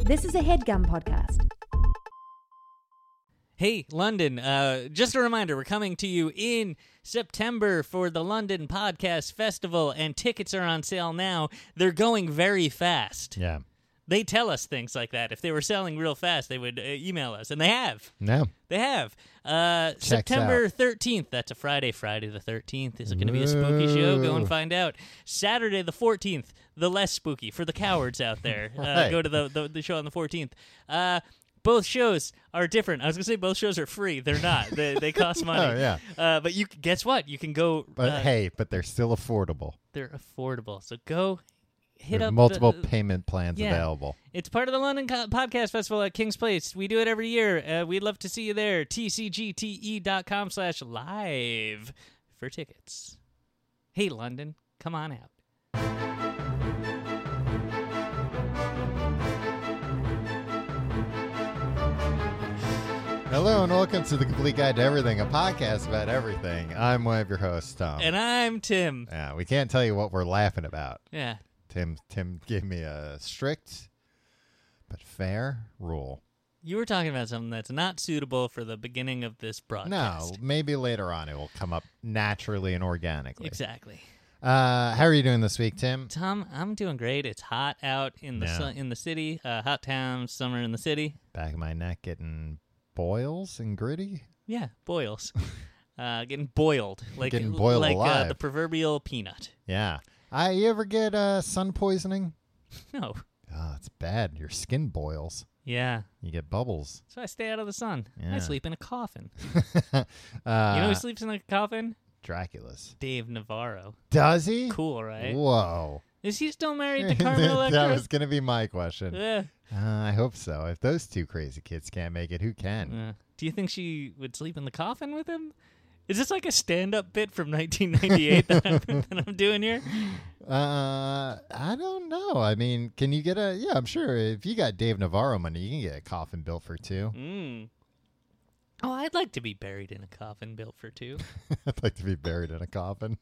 This is a headgum podcast. Hey, London, uh, just a reminder we're coming to you in September for the London Podcast Festival, and tickets are on sale now. They're going very fast. Yeah. They tell us things like that. If they were selling real fast, they would uh, email us, and they have. No. They have. Uh, September 13th, that's a Friday. Friday the 13th. Is it going to be a spooky show? Go and Ooh. find out. Saturday the 14th, the less spooky for the cowards out there. uh, Right. go to the, the, the show on the 14th. Uh, both shows are different. I was going to say both shows are free. They're not. they, they cost money. Oh, yeah. Uh, but you guess what? You can go. But uh, hey, but they're still affordable. They're affordable. So go hit There's up multiple the, uh, payment plans yeah. available. it's part of the London Co- Podcast Festival at King's Place. We do it every year. Uh, we'd love to see you there. tcgte.com E slash live for tickets. Hey, London, come on out. Hello and welcome to the Complete Guide to Everything, a podcast about everything. I'm one of your hosts, Tom. And I'm Tim. yeah, we can't tell you what we're laughing about. Yeah. Tim Tim gave me a strict but fair rule. You were talking about something that's not suitable for the beginning of this No, broadcast. maybe later on it will come up naturally and organically. Exactly. Uh, how are you doing this week, Tim? Tom, I'm doing great. It's hot out in the Yeah. sun, in the city. Uh, hot town, summer in the city. Back of my neck getting boils and gritty. Yeah, boils. uh, getting boiled, like Getting boiled like Uh, alive. the proverbial peanut. Yeah. I you ever get uh, sun poisoning? No. Oh, it's bad. Your skin boils. Yeah. You get bubbles. So I stay out of the sun. I Yeah. sleep in a coffin. uh, you know who sleeps in a coffin? Dracula's. Dave Navarro. Does he? Cool, right? Whoa. Is he still married to Carmen that Electra? was going to be my question. Uh, yeah. I hope so. If those two crazy kids can't make it, who can? Yeah. Do you think she would sleep in the coffin with him? Is this like a stand-up bit from 1998 that, I'm, that I'm doing here? Uh, I don't know. I mean, can you get a? Yeah, I'm sure. If you got Dave Navarro money, you can get a coffin built for two. Mm. Oh, I'd like to be buried in a coffin built for two. I'd like to be buried in a coffin.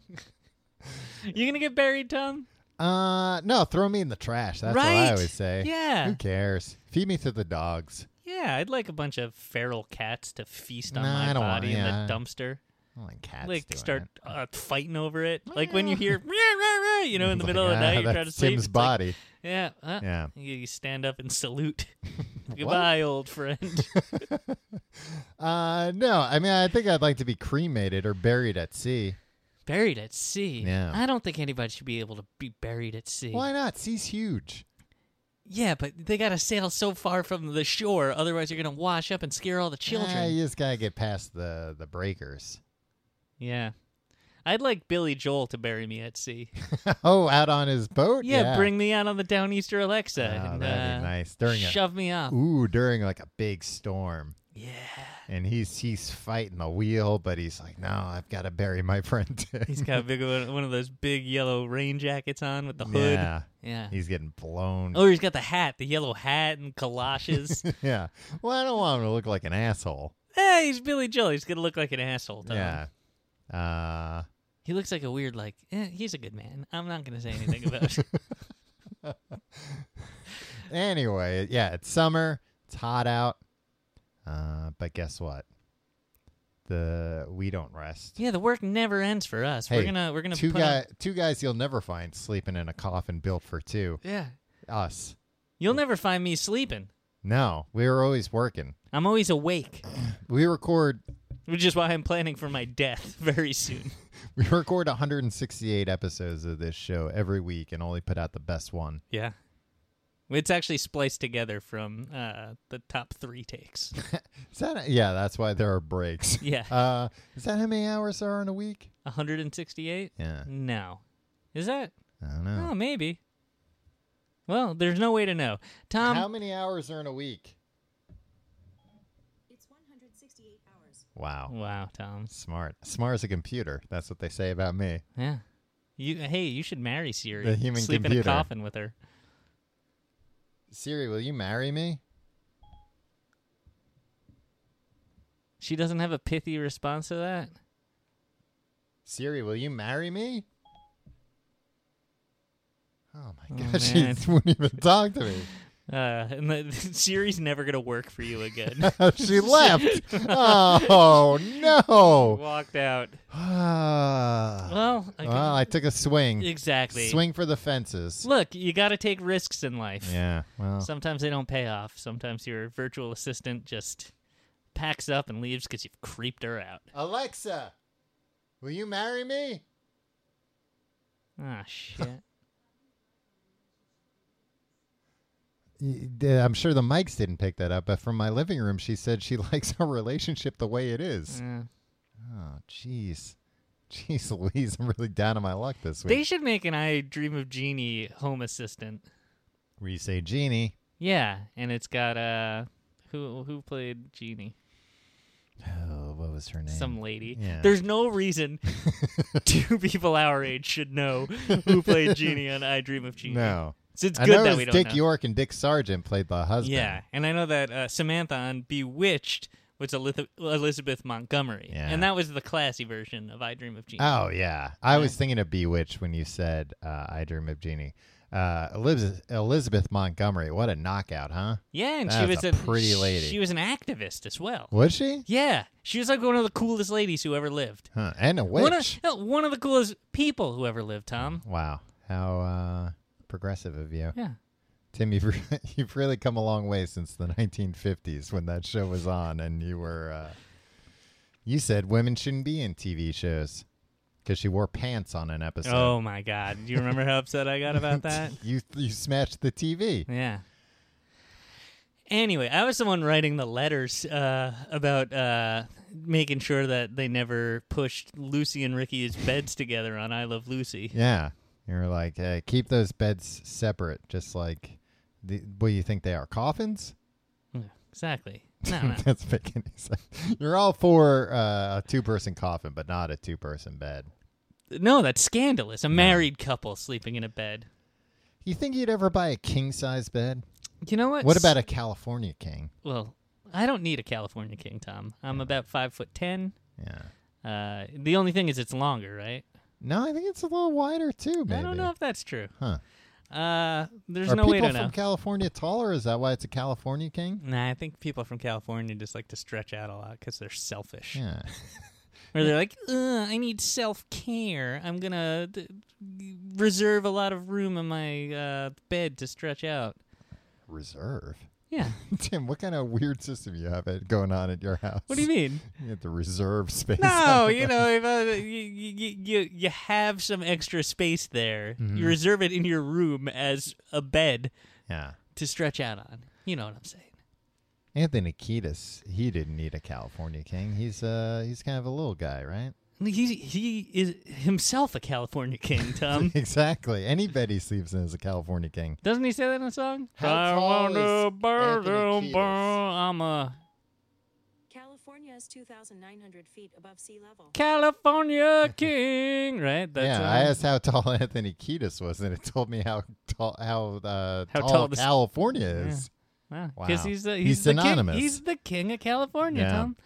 You gonna get buried, Tom? Uh, no, throw me in the trash. That's what Right. I always say. Yeah. Who cares? Feed me to the dogs. Yeah, I'd like a bunch of feral cats to feast on Nah, my I don't want- body in yeah. the dumpster. I don't like cats. like doing start it. uh, fighting over it. Like when you hear "Meow, meow, meow," you know in the Like, middle of the ah, night you try to that's sleep. Tim's it's like, body. yeah, uh, Yeah. You, you stand up and salute. Goodbye, old friend. Uh, no, I mean, I think I'd like to be cremated or buried at sea. buried at sea. Yeah. I don't think anybody should be able to be buried at sea. Why not? Sea's huge. Yeah, but they gotta sail so far from the shore, otherwise you're gonna wash up and scare all the Ah, children. you just gotta get past the the breakers. yeah. I'd like Billy Joel to bury me at sea. oh, out on his boat. Yeah, Yeah, bring me out on the Downeaster Alexa. Oh, and, that'd be uh, nice during a Shove me off. ooh during like a big storm, Yeah. and he's he's fighting the wheel, but he's like, no, I've got to bury my friend. Tim." He's got a big one, one of those big yellow rain jackets on with the hood. yeah, Yeah. he's getting blown. Oh, he's got the hat, the yellow hat and galoshes. yeah. Well, I don't want him to look like an asshole. hey, he's Billy Joel. He's gonna look like an asshole. Tom. Yeah. Uh, He looks like a weird like. Eh, he's a good man. I'm not gonna say anything about. it. anyway, yeah, it's summer. It's hot out. Uh, but guess what? The we don't rest. Yeah, the work never ends for us. we're Hey, gonna we're gonna Two put on- guy, two guys you'll never find sleeping in a coffin built for two. yeah. Us. You'll never find me sleeping. No, we were always working. I'm always awake, We record which is why I'm planning for my death very soon. we record 168 episodes of this show every week and only put out the best one. Yeah. It's actually spliced together from uh, the top three takes. Is that yeah, that's why there are breaks. Yeah. Uh, is that how many hours there are in a week? 168? Yeah. No. Is that? I don't know. Oh, maybe. Well, there's no way to know. Tom, How many hours are in a week? It's 168 hours. Wow. wow, Tom. Smart. Smart as a computer. That's what they say about me. Yeah. You hey, you should marry Siri. The human Sleep in computer. a coffin with her. Siri, will you marry me? She doesn't have a pithy response to that. Siri, will you marry me? Oh my Oh, gosh, she man. Oh, wouldn't even talk to me. Uh, and the, the Siri's never gonna work for you again. she left. Oh no. Walked out. well, Well, I well, I took a swing. Oh, exactly. Swing for the fences. Look, you got to take risks in life. Yeah. Well. Sometimes they don't pay off. Sometimes your virtual assistant just packs up and leaves because you've creeped her out. Alexa, will you marry me? Ah, shit. I'm sure the mics didn't pick that up, but from my living room, she said she likes our relationship the way it is. Yeah. Oh, jeez. Jeez Louise, I'm really down on my luck this week. They should make an I Dream of Genie home assistant. Where you say Genie. Yeah, and it's got uh who who played Genie? Oh, what was her name? Some lady. Yeah. There's no reason two people our age should know who played Genie on I Dream of Genie. No. So it's I good know that it we don't was Dick know. York and Dick Sargent played the husband. Yeah, and I know that uh, Samantha on Bewitched was Elith- Elizabeth Montgomery, Yeah. and that was the classy version of I Dream of Genie. Oh yeah, I was thinking of Bewitched when you said uh, I dream of Genie. Uh, Elizabeth, Elizabeth Montgomery, what a knockout, huh? yeah, and that she was was a pretty lady. She was an activist as well. Was she? Yeah, she was like one of the coolest ladies who ever lived. Huh. And a One of, witch. no, one of the coolest people who ever lived, Tom. Wow, how uh, progressive of you, Yeah. Tim. You've re- you've really come a long way since the 1950s when that show was on, and you were uh, you said women shouldn't be in TV shows because she wore pants on an episode. oh my God, do you remember how upset I got about that? you you smashed the TV. Yeah. Anyway, I was the one writing the letters uh, about uh, making sure that they never pushed Lucy and Ricky's beds together on I Love Lucy. Yeah. You're like, uh, keep those beds separate, just like, the, what do you think they are? Coffins? Exactly. No, no. That's making any sense. You're all for uh, a two person coffin, but not a two person bed. no, that's scandalous. A married couple sleeping in a bed. You think you'd ever buy a king size bed? You know what? What about a California king? Well, I don't need a California king, Tom. I'm about five foot ten. Yeah. Uh, the only thing is, it's longer, right? No, I think it's a little wider too, maybe. I don't know if that's true. Huh. Uh, there's are no way people to from know. California taller? Is that why it's a California king? Nah, I think people from California just like to stretch out a lot because they're selfish. Yeah. Where they're like, Ugh, I need self care. I'm gonna d- reserve a lot of room in my uh, bed to stretch out. Reserve. Yeah. Tim, what kind of weird system you have it going on at your house? What do you mean? You have to reserve space. no, you know, if, uh, you, you you you have some extra space there. Mm-hmm. You reserve it in your room as a bed Yeah. to stretch out on. You know what I'm saying? Anthony Kiedis, he didn't need a California king. He's uh he's kind of a little guy, right? He he is himself a California king, Tom. exactly. Anybody sleeps in as a California king. Doesn't he say that in a song? How tall wanna is burn Anthony down, Kiedis? burn- I'm a California is 2,900 feet above sea level. California king, right? yeah, uh, I asked how tall Anthony Kiedis was, and it told me how tall how uh, How tall, tall this- California is. wow. Wow. 'Cause he's the He's he's, the synonymous. King, he's the king of California, Yeah. Tom.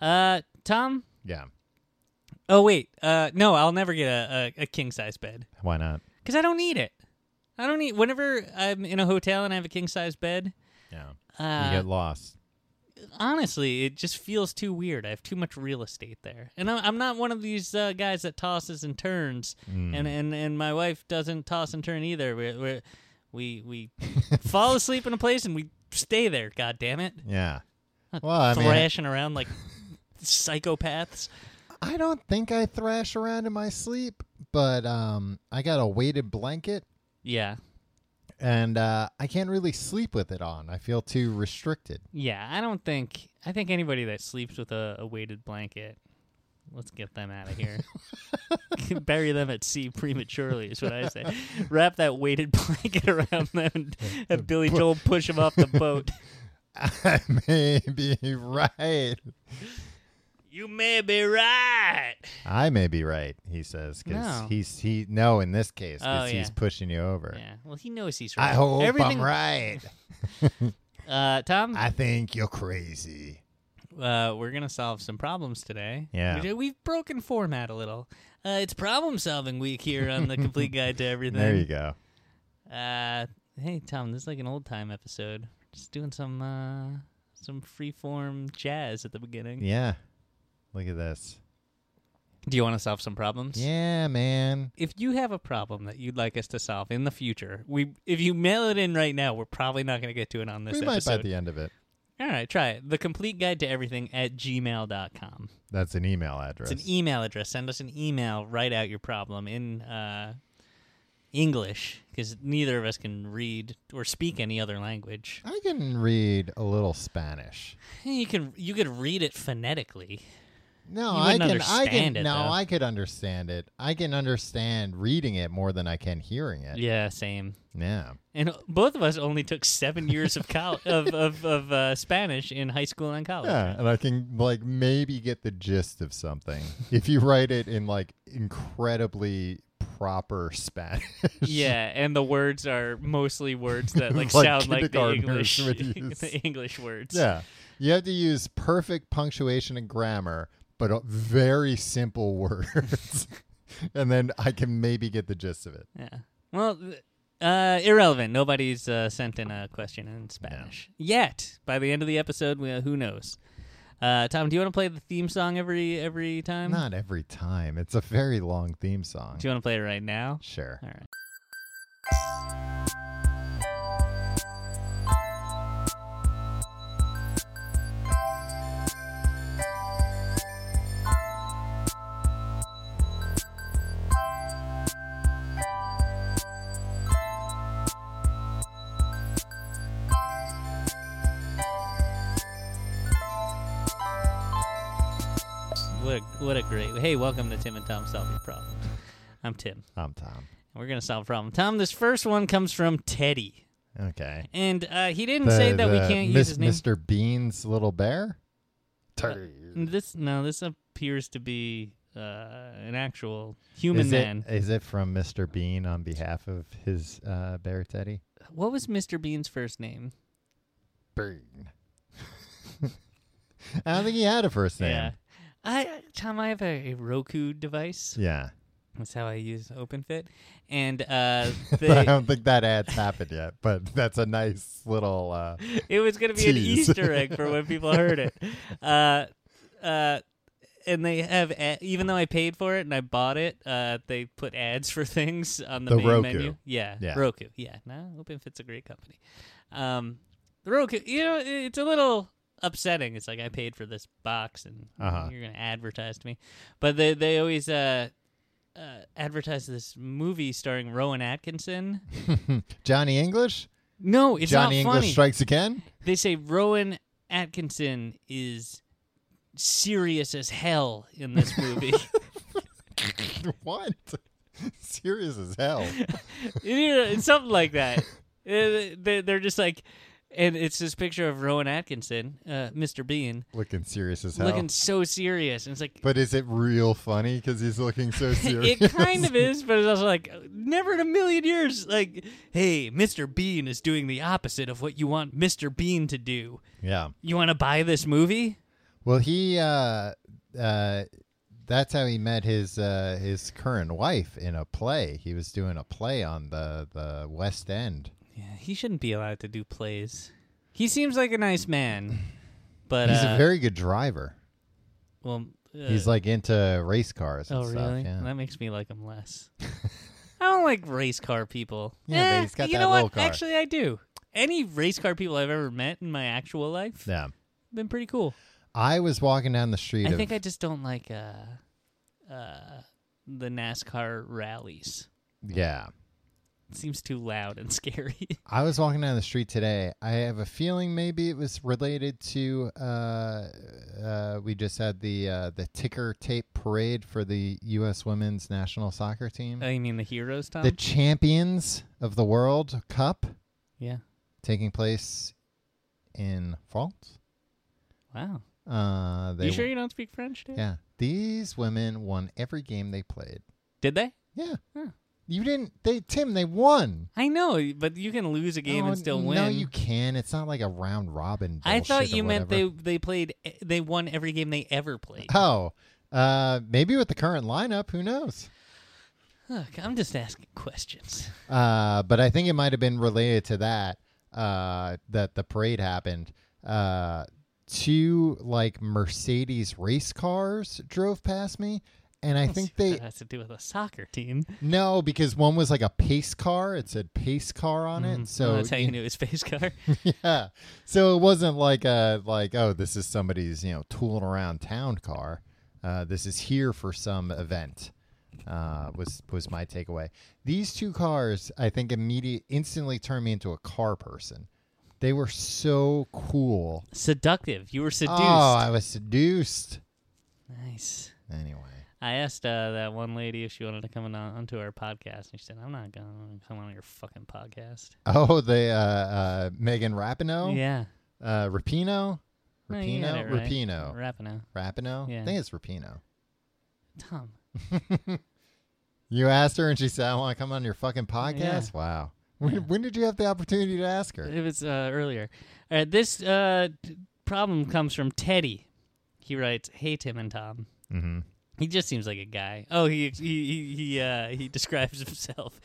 Uh, Tom. Yeah. Oh wait, uh, no, I'll never get a a, a king size bed Why not? because I don't need it. I don't need. Whenever I'm in a hotel and I have a king size bed, Yeah. uh, you get lost. honestly, it just feels too weird. I have too much real estate there, and I'm, I'm not one of these uh, guys that tosses and turns, Mm. and, and and my wife doesn't toss and turn either. We're, we're, we we fall asleep in a place and we stay there. God damn it, Yeah. Well, I mean, thrashing around like psychopaths. I don't think I thrash around in my sleep, but um, I got a weighted blanket, Yeah, and uh, I can't really sleep with it on. I feel too restricted. yeah. I don't think I think anybody that sleeps with a, a weighted blanket. Let's get them out of here. Bury them at sea prematurely is what I say. Wrap that weighted blanket around them and have Billy Joel push them off the boat. I may be right. You may be right. I may be right, he says, because No. he's he no in this case because Oh, he's yeah. pushing you over. Yeah. Well, he knows he's right. I hope Everything, I'm right. Uh, Tom, I think you're crazy. uh, we're gonna solve some problems today. Yeah. We- We've broken format a little. Uh, it's problem solving week here on the Complete Guide to Everything. There you go. Uh, Hey Tom, this is like an old time episode. Just doing some uh some freeform jazz at the beginning. Yeah. Look at this. Do you want to solve some problems? Yeah, man. If you have a problem that you'd like us to solve in the future, we if you mail it in right now, we're probably not going to get to it on this we might episode. by the end of it. All right, try it. The complete guide to everything at gmail.com. That's an email address. It's an e- email address. Send us an email. Write out your problem in uh, English because neither of us can read or speak any other language. I can read a little Spanish. You can you could read it phonetically. No, You I wouldn't can. I can. understand it, no, though. I could understand it. I can understand reading it more than I can hearing it. Yeah, same. Yeah. And both of us only took seven years of col- of of, of uh, Spanish in high school and college. Yeah, and I can like maybe get the gist of something if you write it in like incredibly proper Spanish. Yeah, and the words are mostly words that like, Like sound like the kindergartners English would use. the English words. yeah. You have to use perfect punctuation and grammar, but uh, very simple words. and then I can maybe get the gist of it. Yeah. Well, th- uh, irrelevant. Nobody's uh, sent in a question in Spanish yet. By the end of the episode, we, who knows? Uh, Tom, do you want to play the theme song every every time? Not every time. It's a very long theme song. Do you want to play it right now? Sure. All right. What a, what a great. Hey, welcome to Tim and Tom Solve Your Problem. I'm Tim. I'm Tom. We're gonna solve a problem. Tom, this first one comes from Teddy, Okay. and uh, he didn't say that we the can't use Miss- his name. Uh, Mr. Bean's little bear? Turd. This no, this appears to be uh, an actual human is man. It, is it from Mr. Bean on behalf of his uh, bear teddy? What was Mr. Bean's first name? Bean. I don't think he had a first name. Yeah, I Tom, I have a, a Roku device. Yeah. That's how I use OpenFit, and uh, I they, don't think that ad's happened yet, but that's a nice little. Uh, it was going to be an Tease. Easter egg for when people heard it. Uh, uh, and they have, a- even though I paid for it and I bought it, uh, they put ads for things on the, The main Roku. menu. Yeah, Yeah. Roku. Yeah, no, OpenFit's a great company. Um, the Roku, you know, it- it's a little upsetting. It's like I paid for this box and Uh-huh. you're going to advertise to me, but they they always. Uh, uh, advertise this movie starring Rowan Atkinson. Johnny English? No, it's Johnny not English funny strikes again? they say Rowan Atkinson is serious as hell in this movie. what? Serious as hell. You know, it's something like that. Uh, they- They're just like, and it's this picture of Rowan Atkinson, uh, Mr. Bean, Looking serious as hell. looking so serious. And it's like, But is it real funny because he's looking so serious? it kind of is, but it's also like, never in a million years. Like, hey, Mr. Bean is doing the opposite of what you want Mr. Bean to do. yeah. You want to buy this movie? Well, he uh, uh, that's how he met his uh, his current wife in a play. He was doing a play on the the West End. Yeah, he shouldn't be allowed to do plays. He seems like a nice man, but He's uh, a very good driver. well. Uh, He's like into race cars and oh stuff. really? Yeah. That makes me like him less. I don't like race car people. Yeah, but Eh, he's got you that know little what? car. Actually, I do. Any race car people I've ever met in my actual life yeah. been pretty cool. I was walking down the street. I of, think I just don't like uh, uh, the NASCAR rallies. yeah. It seems too loud and scary. I was walking down the street today. I have a feeling maybe it was related to uh, uh, we just had the uh, the ticker tape parade for the U.S. Women's National Soccer Team, oh, you mean the heroes, Tom? the champions of the World Cup, yeah. taking place in France. Wow. Uh, they you sure you don't speak French, dude? yeah, these women won every game they played. Did they? Yeah, Huh. you didn't. They Tim, they won. I know, but you can lose a game no, and still no, win. you can. It's not like a round robin. I thought bullshit or you meant whatever. they they played eh, they won every game they ever played. Oh, uh, maybe with the current lineup, who knows? Look, I'm just asking questions. Uh, but I think it might have been related to that uh, that the parade happened. Uh, two like Mercedes race cars drove past me, and I think they that has to do with a soccer team. no because one was like a pace car. It said pace car on it, so Oh, that's how you knew it was space car. yeah. So it wasn't like a like oh this is somebody's you know tooling around town car. Uh, this is here for some event. Uh, was was my takeaway. These two cars, I think, immediate instantly turned me into a car person. They were so cool. Seductive. You were seduced. Oh, I was seduced. nice. Anyway, I asked uh, that one lady if she wanted to come on, onto our podcast, and she said, "I'm not going to come on your fucking podcast." oh the uh, uh, Megan Rapinoe, Yeah, uh, Rapino, No, you got Rapino, it right. Rapino, Rapino. Rapino. Yeah. I think it's Rapino. Tom, You asked her and she said, I want to come on your fucking podcast? Wow. When, when did you have the opportunity to ask her? it was uh, earlier. All right, this uh, t- problem comes from Teddy. He writes, "Hey Tim and Tom." Mm-hmm. He just seems like a guy. Oh, he he he he, uh, he describes himself.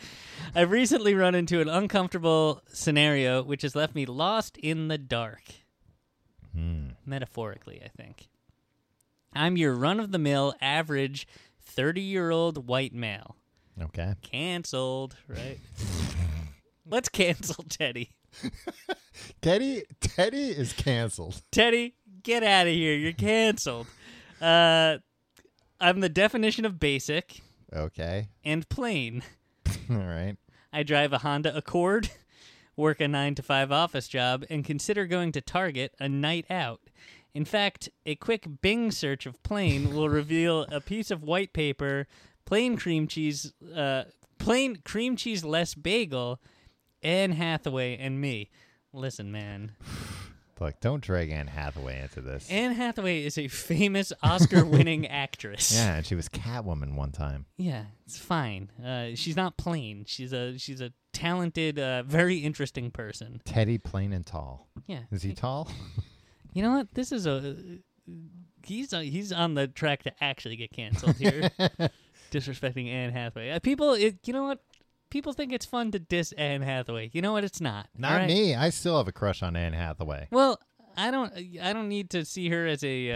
I've recently run into an uncomfortable scenario which has left me lost in the dark. Hmm. Metaphorically, I think. I'm your run of the mill, average, thirty year old white male. Okay. Cancelled, right? Let's cancel Teddy. Teddy Teddy is canceled. Teddy, get out of here. You're canceled. Uh, I'm the definition of basic Okay. and plain. All right. I drive a Honda Accord, work a 9 to 5 office job, and consider going to Target a night out. In fact, a quick Bing search of plain will reveal a piece of white paper, plain cream cheese, uh, plain cream cheese less bagel, Anne Hathaway and me. Listen, man. Look, don't drag Anne Hathaway into this. Anne Hathaway is a famous Oscar winning actress. yeah, and she was Catwoman one time. Yeah, it's fine. Uh, she's not plain. She's a she's a talented, uh, very interesting person. Teddy plain and tall. Yeah. Is he tall? You know what? This is a he's on he's on the track to actually get canceled here. Disrespecting Anne Hathaway. Uh, people, it, you know what? People think it's fun to diss Anne Hathaway. You know what? It's not. Not all right? me. I still have a crush on Anne Hathaway. Well, I don't uh, I don't need to see her as a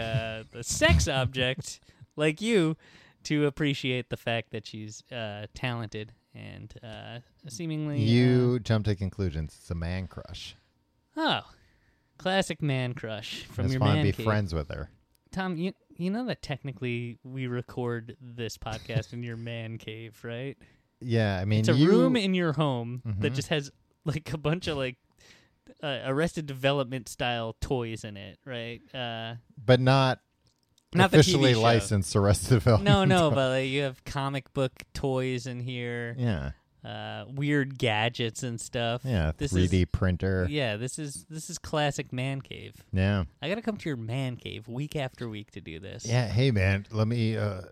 uh, a sex object like you to appreciate the fact that she's uh, talented and uh, seemingly You jump to conclusions. It's a man crush. uh, oh classic man crush from Just your want man to be cave. friends with her. Tom, you you know that technically we record this podcast in your man cave, right? Yeah, I mean, It's a you- Mm-hmm. room in your home that just has like a bunch of like uh, Arrested Development style toys in it, right? Uh, but not, not the TV officially show. licensed Arrested Development. No, no, but like you have comic book toys in here, yeah, uh, weird gadgets and stuff. yeah, this 3D is printer. yeah, this is this is classic man cave. Yeah. I gotta come to your man cave week after week to do this. Yeah. Hey, man, let me uh,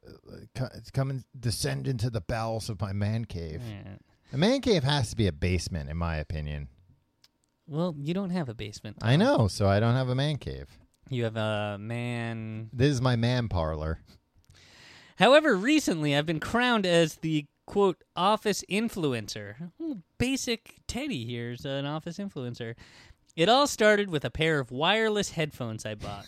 co- come and descend into the bowels of my man cave. Yeah. A man cave has to be a basement, in my opinion. Well, you don't have a basement. I know, so I don't have a man cave. You have a man. This is my man parlor. However, recently I've been crowned as the quote office influencer. Ooh, Basic Teddy here's an office influencer. It all started with a pair of wireless headphones I bought.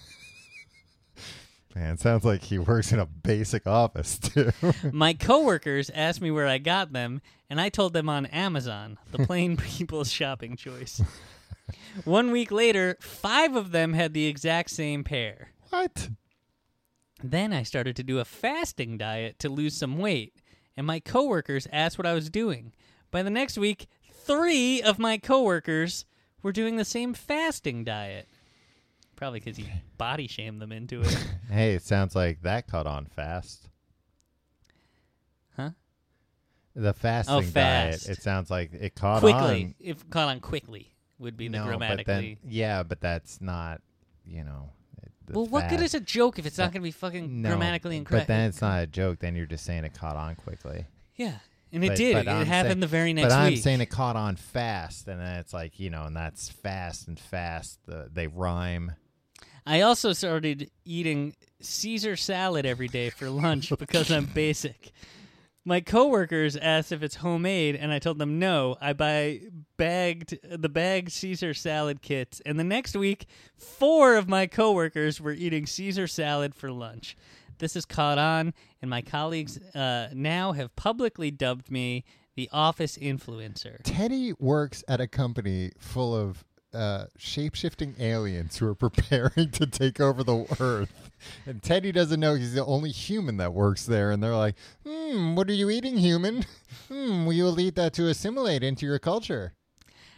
Man, it sounds like he works in a basic office too. My coworkers asked me where I got them, and I told them on Amazon, the plain people's shopping choice. One week later, five of them had the exact same pair. what? Then I started to do a fasting diet to lose some weight, and my coworkers asked what I was doing. By the next week, three of my coworkers were doing the same fasting diet. Probably because you body shamed them into it. Hey, it sounds like that caught on fast. Huh? Oh, The fasting fast. diet. It sounds like it caught quickly. on. If caught on quickly would be the no, but grammatically. then yeah, but that's not you know. it- the Well, what good is fast- a joke if it's not going to be fucking No, grammatically incorrect? But then it's not a joke. Then you're just saying it caught on quickly. yeah, and it But- did. but it I'm happened saying- the very next But I'm week. saying it caught on fast, and then it's like you know, and that's fast and fast. The, they rhyme. I also started eating Caesar salad every day for lunch because I'm basic. My coworkers asked if it's homemade, and I told them no. I buy bagged the bagged Caesar salad kits, and the next week, four of my coworkers were eating Caesar salad for lunch. This has caught on, and my colleagues uh, now have publicly dubbed me the office influencer. Teddy works at a company full of uh, shape-shifting aliens who are preparing to take over the Earth, and Teddy doesn't know he's the only human that works there. And they're like, "Hmm, what are you eating, human? Hmm, we will eat that to assimilate into your culture."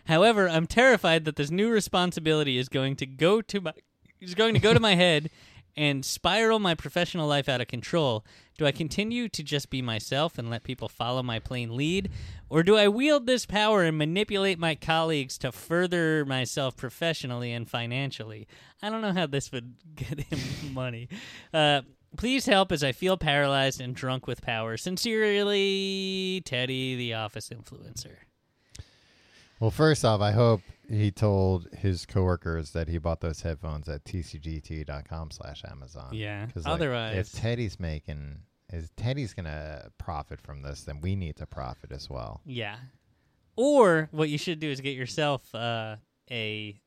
However, I'm terrified that this new responsibility is going to go to my is going to go to my head and spiral my professional life out of control. Do I continue to just be myself and let people follow my plain lead, or do I wield this power and manipulate my colleagues to further myself professionally and financially? I don't know how this would get him money. Uh, Please help as I feel paralyzed and drunk with power. Sincerely, Teddy, the office influencer. Well, first off, I hope he told his coworkers that he bought those headphones at tcgt.com slash Amazon. Yeah. 'Cause, like, Otherwise- if Teddy's making, is Teddy's gonna profit from this? Then we need to profit as well. Yeah. Or what you should do is get yourself uh, a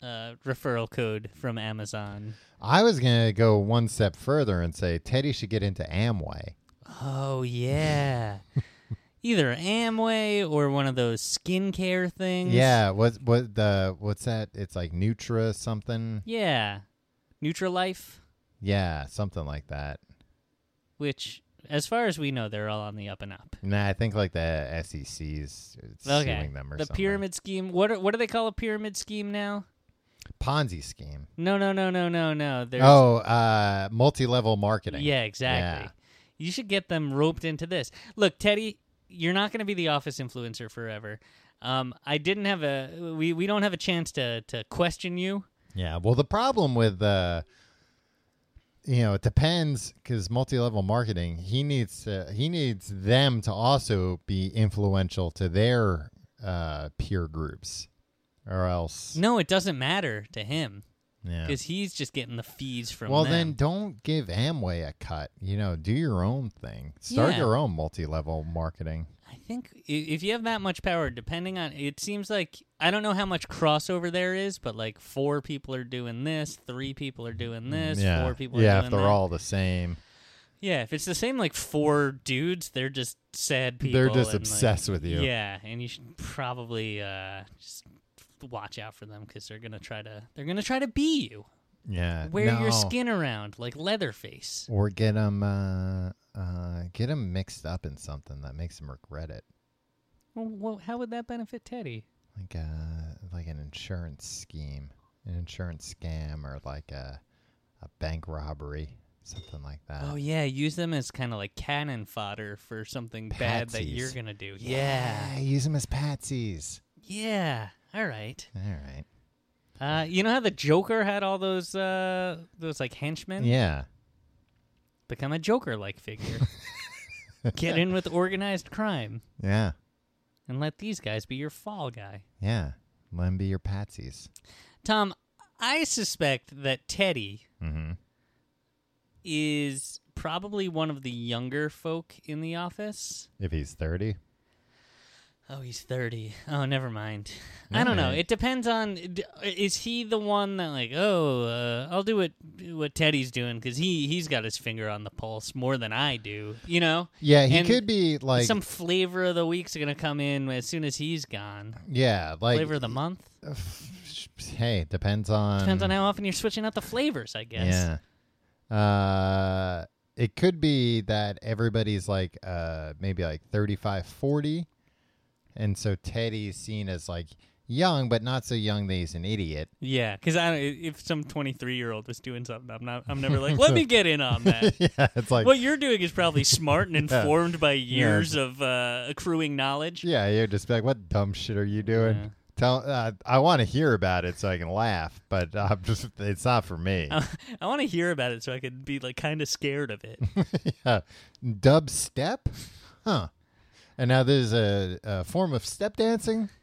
uh, referral code from Amazon. I was gonna go one step further and say Teddy should get into Amway. Oh yeah. Either Amway or one of those skincare things. Yeah, what what the what's that? It's like Nutra something. Yeah. Nutrilife, Yeah, something like that. which as far as we know, they're all on the up and up. Nah, I think like the SEC's Okay. suing them or the something. pyramid scheme. What are, what do they call a pyramid scheme now? Ponzi scheme. No, no, no, no, no, no. There's Oh, uh, multi-level marketing. Yeah, exactly. Yeah. You should get them roped into this. Look, Teddy, you're not going to be the office influencer forever. Um, I didn't have a we, we don't have a chance to to question you. Yeah. Well, the problem with, uh, you know, it depends because multi-level marketing. He needs to, he needs them to also be influential to their uh, peer groups, or else. No, it doesn't matter to him Yeah. because he's just getting the fees from. Well, them. then don't give Amway a cut. You know, do your own thing. Start Yeah. your own multi-level marketing. I think i- if you have that much power, depending on it seems like I don't know how much crossover there is, but like four people are doing this, three people are doing this, Mm, yeah. four people yeah. are doing If they're that. all the same, Yeah, if it's the same like four dudes, they're just sad people. they're just and, like- obsessed with you. Yeah, and you should probably uh, just watch out for them because they're gonna try to they're gonna try to be you. Yeah. Wear Uh, no. your skin around like Leatherface. or get them uh, uh, get them mixed up in something that makes them regret it, Well, well, how would that benefit Teddy? like uh, like an insurance scheme, an insurance scam, or like a a bank robbery, something like that. oh yeah, use them as kind of like cannon fodder for something bad that Patsies. you're gonna do. Yeah, Yeah, use them as patsies. yeah. All right. All right. Uh, you know how the Joker had all those uh, those like henchmen? Yeah. Become a Joker-like figure. Get in with organized crime Yeah. and let these guys be your fall guy. Yeah. Let them be your patsies. Tom, I suspect that Teddy Mm-hmm. is probably one of the younger folk in the office. If he's thirty. Oh, he's 30. Oh, never mind. I don't know. Alright. It depends on d- is he the one that like, "Oh, uh, I'll do what what Teddy's doing cuz he he's got his finger on the pulse more than I do." You know? Yeah, he And could be like Some flavor of the week's going to come in as soon as he's gone. yeah, like flavor of the month? Hey, depends on Depends on how often you're switching out the flavors, I guess. Yeah. Uh, it could be that everybody's like uh, maybe like 35, 40. And so Teddy's seen as like young, but not so young that he's an idiot. Yeah, because I if some twenty three year old was doing something, I'm not. I'm never like, let me get in on that. yeah, it's like, what you're doing is probably smart and Yeah. informed by years of uh, accruing knowledge. yeah, you're just like, what dumb shit are you doing? Yeah. Tell, uh, I want to hear about it so I can laugh, but I'm just, it's not for me. I want to hear about it so I could be like kind of scared of it. yeah. Dubstep? Huh. And now there's a, a form of step dancing.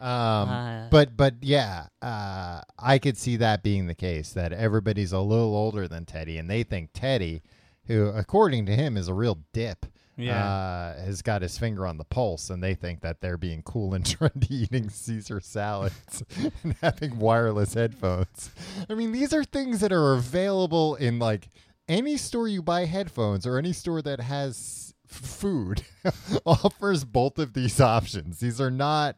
Um, Uh, but but yeah, uh, I could see that being the case that everybody's a little older than Teddy, and they think Teddy, who according to him is a real dip, Yeah. uh, has got his finger on the pulse, and they think that they're being cool and trendy, eating Caesar salads and having wireless headphones. I mean, these are things that are available in like any store you buy headphones or any store that has f- food offers both of these options. These are not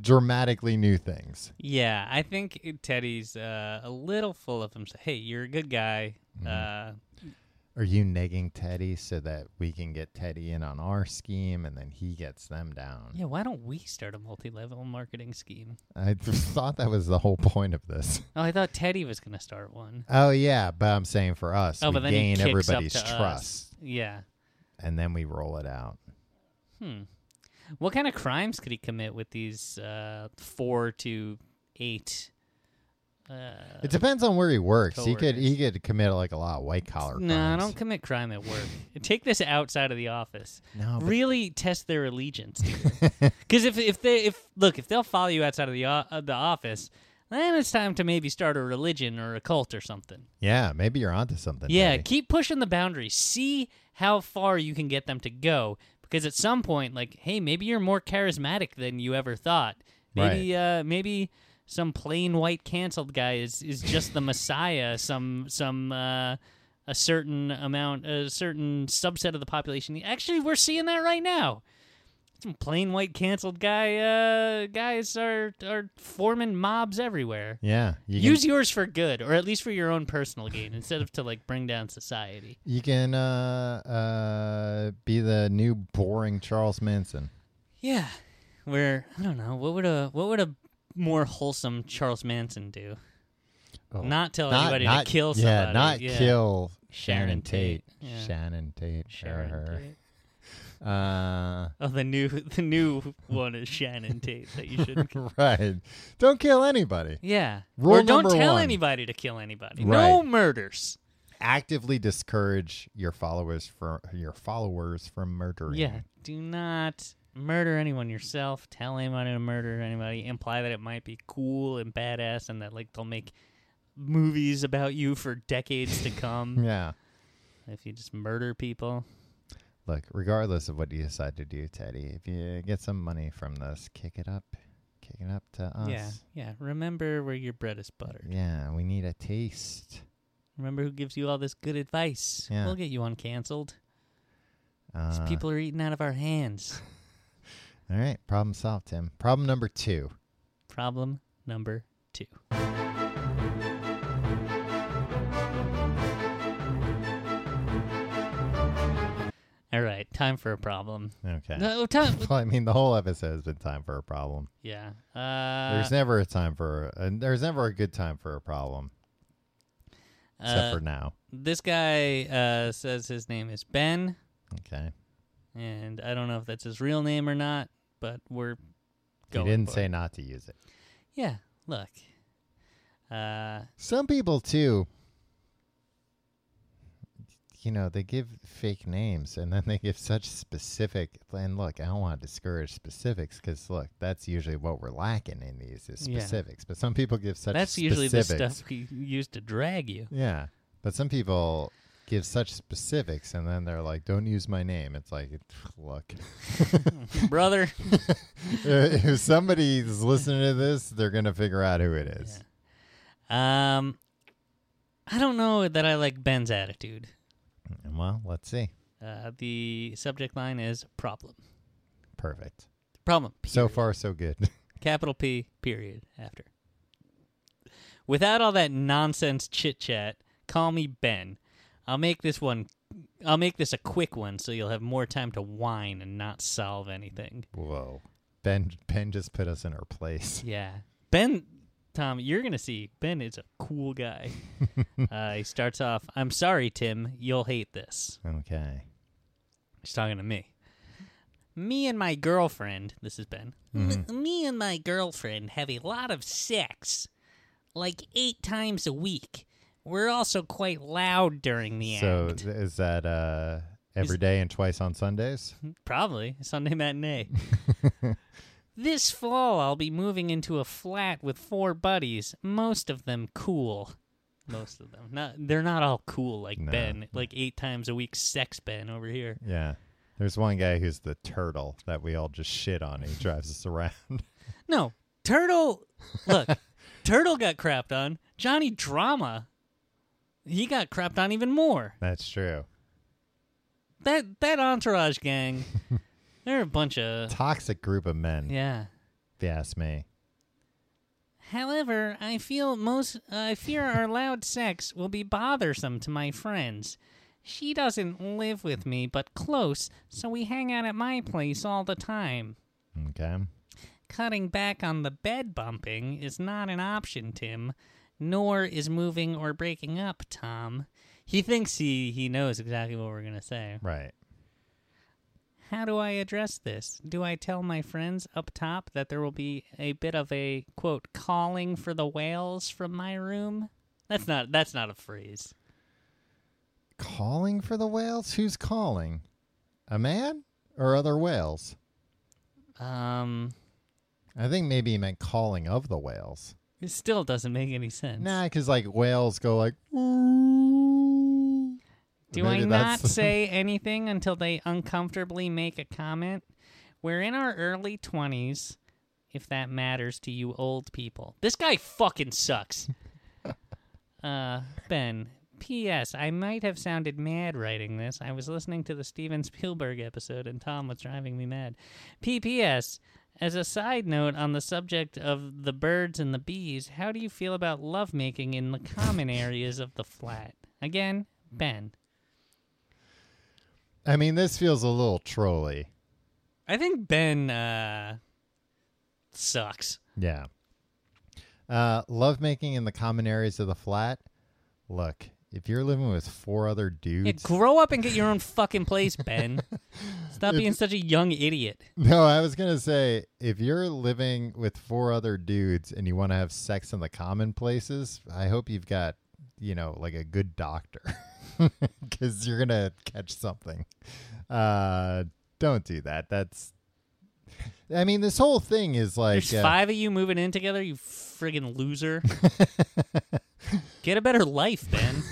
dramatically new things. yeah. I think Teddy's uh, a little full of himself. Hey, you're a good guy. Mm-hmm. Uh, Are you negging Teddy so that we can get Teddy in on our scheme and then he gets them down? yeah. Why don't we start a multi-level marketing scheme? I thought that was the whole point of this. Oh, I thought Teddy was gonna start one. Oh yeah, but I'm saying for us, Oh, we but then gain he kicks everybody's up to us. trust, Yeah. and then we roll it out. Hmm. What kind of crimes could he commit with these uh, four to eight? Uh, It depends on where he works. He could coworkers. he could commit like a lot of white collar. no, crimes. don't commit crime at work. Take this outside of the office. No, but- really test their allegiance. Because if if they if look if they'll follow you outside of the o- of the office, then it's time to maybe start a religion or a cult or something. Yeah, maybe you're onto something. Yeah, Teddy. keep pushing the boundaries. See how far you can get them to go. Because at some point, like, hey, maybe you're more charismatic than you ever thought. Maybe uh maybe some plain white canceled guy is, is just the messiah, some some uh a certain amount a certain subset of the population. Actually we're seeing that right now. Some plain white canceled guy uh guys are are forming mobs everywhere. yeah. You can, Use yours for good, or at least for your own personal gain, instead of to like bring down society. you can uh, uh, be the new boring Charles Manson. Yeah, where I don't know what would a what would a more wholesome Charles Manson do? Oh. Not tell not anybody not to kill yeah, somebody. not yeah. kill Sharon Sharon Tate. Tate. Yeah. Shannon Tate. Sharon Err. Tate. Uh, Oh, the new the new one is Shannon Tate that you shouldn't. kill. right. Don't kill anybody. Yeah, Rule or don't number tell one. anybody to kill anybody. No Right. murders. actively discourage your followers from your followers from murdering. Yeah, do not murder anyone yourself. Tell anyone to murder anybody. Imply that it might be cool and badass, and that like they'll make movies about you for decades to come Yeah. if you just murder people. Look, regardless of what you decide to do, Teddy, if you get some money from this, kick it up. Kick it up to us. Yeah, yeah. Remember where your bread is buttered. Yeah, we need a taste. Remember who gives you all this good advice. Yeah. We'll get you uncancelled. These Uh, people are eating out of our hands. all right, problem solved, Tim. Problem number two. Problem number two. All right, time for a problem. Okay. No time. Well, I mean, the whole episode has been time for a problem. yeah. Uh, there's never a time for, a, and there's never a good time for a problem, except uh, for now. this guy uh, says his name is Ben, Okay. and I don't know if that's his real name or not, but we're He going. didn't for say it. not to use it. Yeah. Look. Uh, Some people too. You know, they give fake names and then they give such specific. And look, I don't want to discourage specifics because look, that's usually what we're lacking in these is Yeah. specifics. But some people give such. that's usually the specifics. stuff he used to drag you. Yeah, but some people give such specifics and then they're like, "Don't use my name." It's like, look, Brother. if if somebody's listening to this, they're gonna figure out who it is. Um, I don't know that I like Ben's attitude. And well, let's see. Uh, the subject line is problem. Perfect. Problem. So far, so good. Capital P, period, after. Without all that nonsense chit chat, call me Ben. I'll make this one. I'll make this a quick one so you'll have more time to whine and not solve anything. Whoa. Ben Ben just put us in our place. Yeah. Ben, Tom, you're going to see Ben is a cool guy. uh, he starts off, I'm sorry, Tim. You'll hate this. Okay. He's talking to me. Me and my girlfriend, this is Ben. Mm-hmm. M- me and my girlfriend have a lot of sex, like eight times a week. We're also quite loud during the So act. th- is that uh every day and twice on Sundays? Mm-hmm. Probably Sunday matinee. this fall, I'll be moving into a flat with four buddies, most of them cool. Most of them. Not they're not all cool like No. Ben. Like eight times a week sex Ben over here. Yeah. There's one guy who's the turtle that we all just shit on. He drives us around. No. Turtle look, Turtle got crapped on. Johnny Drama he got crapped on even more. That's true. That that entourage gang. they're a bunch of Toxic group of men, Uh. Yeah. if you ask me. However, I feel most I fear our loud sex will be bothersome to my friends. She doesn't live with me but close, so we hang out at my place all the time. Okay. Cutting back on the bed bumping is not an option, Tim, nor is moving or breaking up, Tom. He thinks he, he knows exactly what we're going to say. Right. How do I address this? Do I tell my friends up top that there will be a bit of a quote calling for the whales from my room? That's not that's not a phrase. Calling for the whales? Who's calling? A man or other whales? Um I think maybe he meant calling of the whales. it still doesn't make any sense. Nah, because like whales go like. "Ooh." do I Maybe not that's- say anything until they uncomfortably make a comment? We're in our early 20s if that matters to you old people. This guy fucking sucks. Uh, ben, P.S. I might have sounded mad writing this. I was listening to the Steven Spielberg episode and Tom was driving me mad. P.P.S. As a side note on the subject of the birds and the bees, how do you feel about lovemaking in the common areas of the flat? Again, Ben. I mean, this feels a little trolly. I think Ben uh, sucks. Yeah. Uh, lovemaking in the common areas of the flat. Look, if you're living with four other dudes, Yeah, grow up and get your own fucking place, Ben. Stop being such a young idiot. No, I was gonna say if you're living with four other dudes and you want to have sex in the common places, I hope you've got you know like a good doctor because you're gonna catch something. Uh, don't do that. That's. I mean, this whole thing is like There's uh, five of you moving in together, you friggin' loser. get a better life, Ben.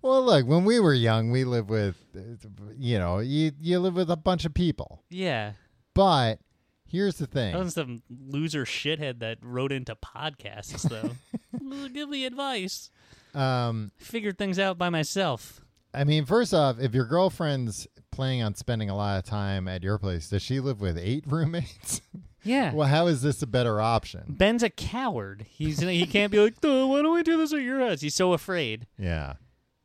Well, look, when we were young, we lived with, uh, you know, you you live with a bunch of people. yeah. But here's the thing. That was some loser shithead that wrote into podcasts, though. Well, Give me advice. Um, Figured things out by myself. I mean, first off, if your girlfriend's planning on spending a lot of time at your place, does she live with eight roommates? Yeah. well, how is this a better option? Ben's a coward. He's he can't be like, "Oh, why don't we do this at your house? He's so afraid. Yeah.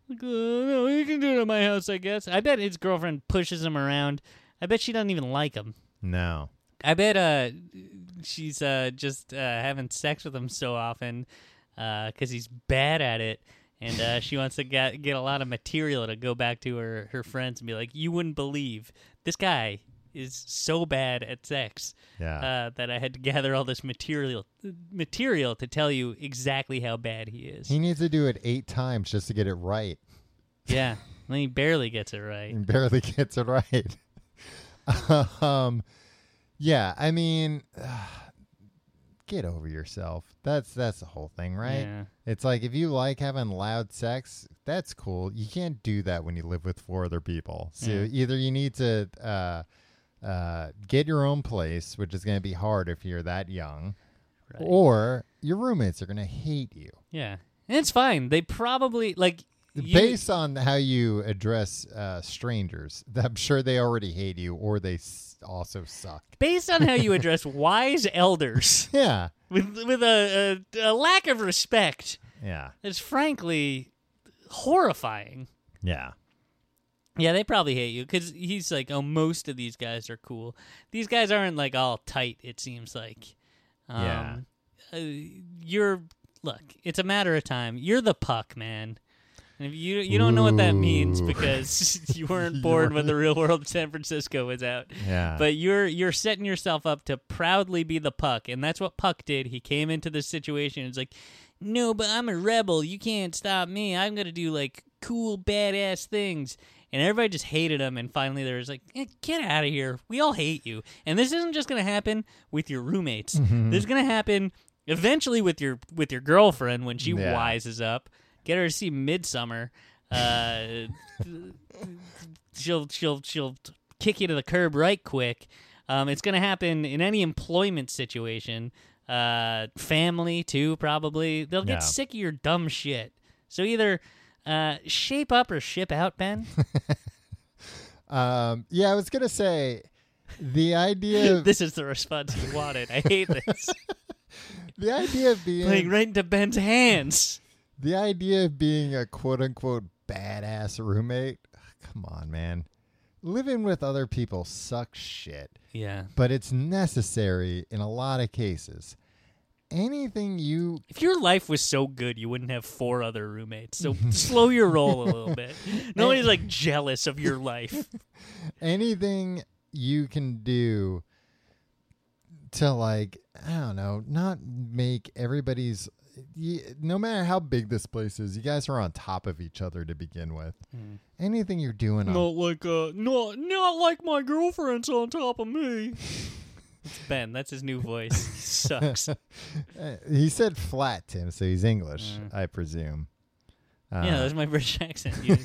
Like, "Uh, no, you can do it at my house, I guess. I bet his girlfriend pushes him around. I bet she doesn't even like him. No. I bet uh, she's uh, just uh, having sex with him so often because he's bad at it. And uh, she wants to get, get a lot of material to go back to her, her friends and be like, you wouldn't believe this guy is so bad at sex Yeah. uh, that I had to gather all this material material to tell you exactly how bad he is. he needs to do it eight times just to get it right. yeah, and he barely gets it right. He barely gets it right. um, yeah. I mean, get over yourself. That's that's the whole thing, right? Yeah. It's like if you like having loud sex, that's cool. You can't do that when you live with four other people. So Yeah. either you need to uh, uh, get your own place, which is going to be hard if you're that young, Right. or your roommates are going to hate you. Yeah, and it's fine. They probably like you- Based on how you address uh, strangers, I'm sure they already hate you or they s- also suck. based on how you address wise elders Yeah. with with a, a, a lack of respect Yeah. that's frankly horrifying. Yeah. Yeah, they probably hate you because he's like, oh, most of these guys are cool. These guys aren't like all tight. It seems like. Um, Yeah. uh, you're look. It's a matter of time. You're the puck, man. And if you you don't know what that means Ooh. because you weren't You born when weren't- the real world of San Francisco was out. Yeah. But you're you're setting yourself up to proudly be the puck, and that's what Puck did. He came into this situation. and It's like, no, but I'm a rebel. You can't stop me. I'm gonna do like cool, badass things. And everybody just hated him. And finally, there was like, "Eh, get out Mm-hmm. of here. We all hate you. And this isn't just gonna happen with your roommates. This is gonna happen Eventually, with your with your girlfriend when she Yeah. wises up, get her to see Midsummer. Uh, she'll she'll she'll kick you to the curb right quick. Um, it's gonna happen in any employment situation. Uh, family too, probably. They'll get Yeah. sick of your dumb shit. So either uh, shape up or ship out, Ben. Um, yeah, I was gonna say the idea of, this is the response you wanted. I hate this. the idea of Playing being right into Ben's hands. the idea of being a quote unquote badass roommate. Come on, man. Living with other people sucks shit. Yeah. but it's necessary in a lot of cases. Anything you If your life was so good, you wouldn't have four other roommates. So slow your roll a little bit. Nobody's like jealous of your life. anything you can do to like I don't know, not make everybody's y no matter how big this place is, you guys are on top of each other to begin with. Anything you're doing on like uh, not not like my girlfriend's on top of me. It's Ben. That's his new voice. He sucks. uh, he said flat Tim, so he's English, I presume. Uh, yeah, that's my British accent. Dude.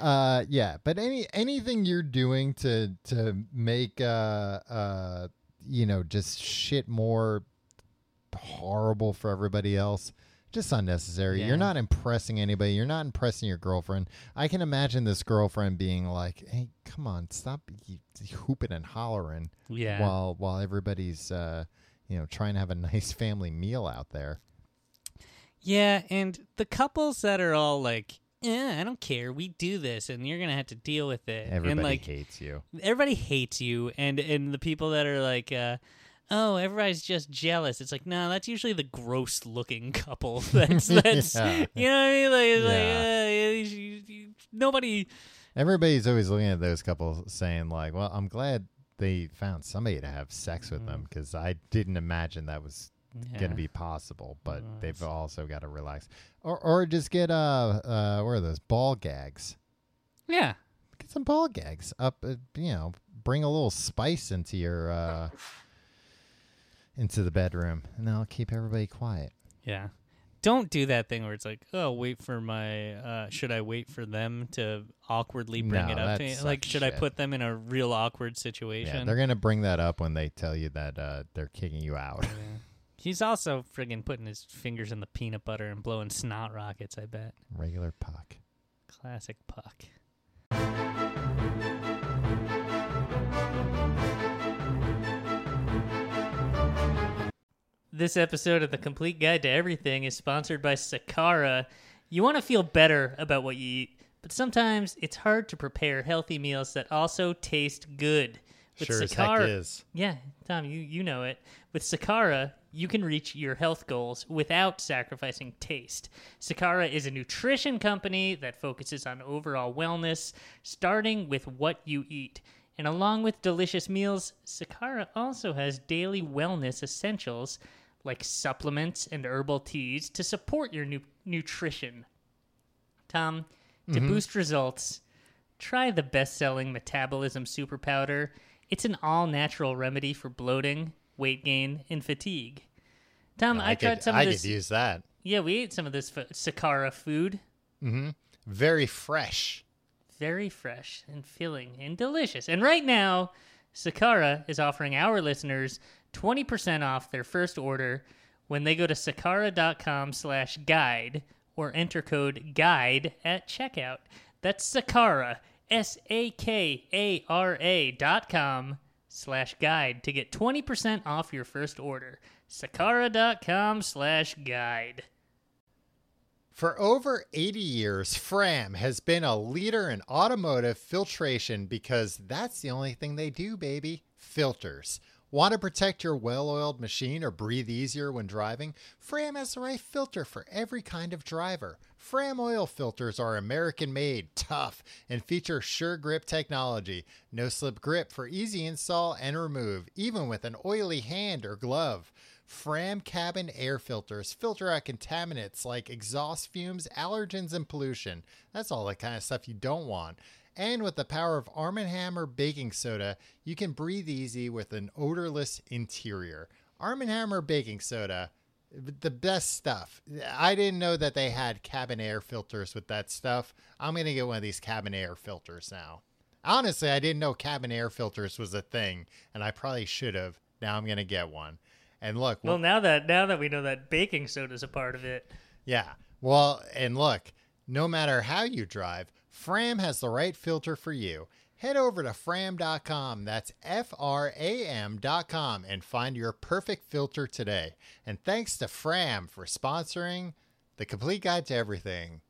uh yeah but any anything you're doing to to make uh uh you know just shit more horrible for everybody else just unnecessary Yeah. you're not impressing anybody you're not impressing your girlfriend i can imagine this girlfriend being like hey come on stop y- hooping and hollering Yeah. while while everybody's uh you know trying to have a nice family meal out there Yeah, and the couples that are all like, eh, I don't care. We do this, and you're gonna have to deal with it. and everybody like, hates you everybody hates you and and the people that are like uh oh everybody's just jealous it's like no that's usually the gross looking couple that's that's Yeah. you know what i mean like, it's Yeah. like uh, you- you- nobody Everybody's always looking at those couples saying like, "Well, I'm glad they found somebody to have sex with them because I didn't imagine that was going Mm. Yeah. to be possible." But Well, they've also got to relax, or or just get uh uh where are those ball gags? yeah Get some ball gags up, uh, you know, bring a little spice into your uh into the bedroom, and that'll keep everybody quiet. yeah don't do that thing where it's like oh wait for my uh should i wait for them to awkwardly bring No, it up that to me sucks like should i shit. put them in a real awkward Yeah, situation they're gonna bring that up when they tell you that uh they're kicking you out. he's also friggin putting his fingers in the peanut butter and blowing snot rockets i bet Regular puck. Classic puck. This episode of The Complete Guide to Everything is sponsored by Sakara. You want to feel better about what you eat, but sometimes it's hard to prepare healthy meals that also taste good. With Sakara, yeah, Tom, you, you know it. With Sakara, you can reach your health goals without sacrificing taste. Sakara is a nutrition company that focuses on overall wellness, starting with what you eat. And along with delicious meals, Sakara also has daily wellness essentials like supplements and herbal teas to support your nu- nutrition. Tom, to boost results, try the best selling metabolism super powder. It's an all natural remedy for bloating, weight gain, and fatigue. Tom, Um, I, tried some of this. use that. yeah, we ate some of this f- Sakara food. very fresh. Very fresh and filling and delicious. And right now, Sakara is offering our listeners 20% off their first order when they go to sakara.com slash guide or enter code guide at checkout. That's Sakara, S-A-K-A-R-A dot com slash guide to get 20% off your first order. Sakara.com slash guide. For over 80 years, Fram has been a leader in automotive filtration because that's the only thing they do, baby. Filters. Want to protect your well oiled machine or breathe easier when driving? Fram has the right filter for every kind of driver. Fram oil filters are American made, tough, and feature sure grip technology. No slip grip for easy install and remove, even with an oily hand or glove. Fram cabin air filters filter out contaminants like exhaust fumes, allergens, and pollution. That's all the kind of stuff you don't want. And with the power of Arm & Hammer baking soda, you can breathe easy with an odorless interior. Arm and Hammer baking soda, the best stuff. I didn't know that they had cabin air filters with that stuff. I'm gonna get one of these cabin air filters now. Honestly, I didn't know cabin air filters was a thing, and I probably should have. Now I'm gonna get one. And look, Well, now that now that we know that baking soda's a part of it, yeah. Well, and look, no matter how you drive, Fram has the right filter for you. Head over to fram.com, that's F R A M.com, and find your perfect filter today. And thanks to Fram for sponsoring the complete guide to everything.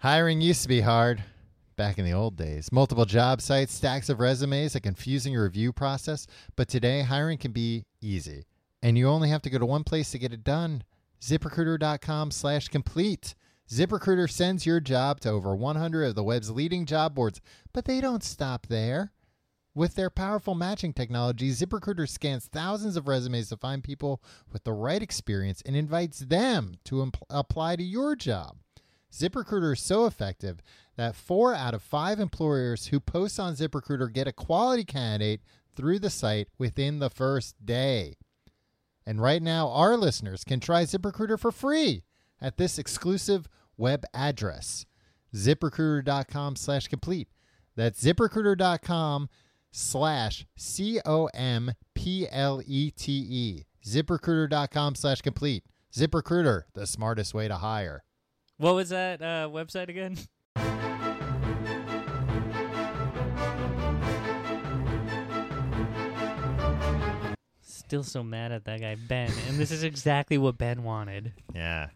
Hiring used to be hard back in the old days. Multiple job sites, stacks of resumes, a confusing review process. But today, hiring can be easy. And you only have to go to one place to get it done. ZipRecruiter.com slash complete. ZipRecruiter sends your job to over 100 of the web's leading job boards, but they don't stop there. With their powerful matching technology, ZipRecruiter scans thousands of resumes to find people with the right experience and invites them to imp- apply to your job. ZipRecruiter is so effective that four out of five employers who post on ZipRecruiter get a quality candidate through the site within the first day. And right now, our listeners can try ZipRecruiter for free at this exclusive web address, ziprecruiter.com slash complete. That's ziprecruiter.com slash C O M P L E T E. ZipRecruiter.com slash complete. ZipRecruiter, the smartest way to hire. What was that uh, website again? still so mad at that guy Ben, and this is exactly what Ben wanted. Yeah.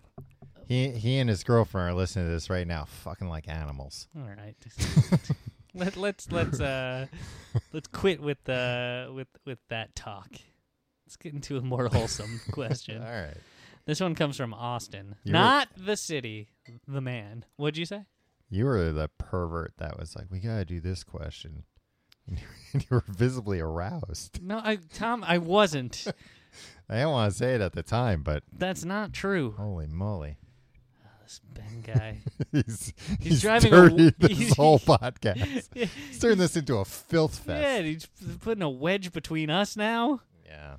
He he and his girlfriend are listening to this right now, fucking like animals. All right, Let, let's let's uh, let's quit with uh, with with that talk. let's get into a more wholesome question. All right. This one comes from Austin, You're- not the city, the man. What'd you say? You were the pervert that was like, we gotta do this question. And you were visibly aroused. No, I Tom, I wasn't. I didn't want to say it at the time, but That's not true. holy moly. This Ben guy. He's, he's, driving a- dirty this he's- whole podcast. He's turned this into a filth Yeah, fest. he's putting a wedge between us now. Yeah.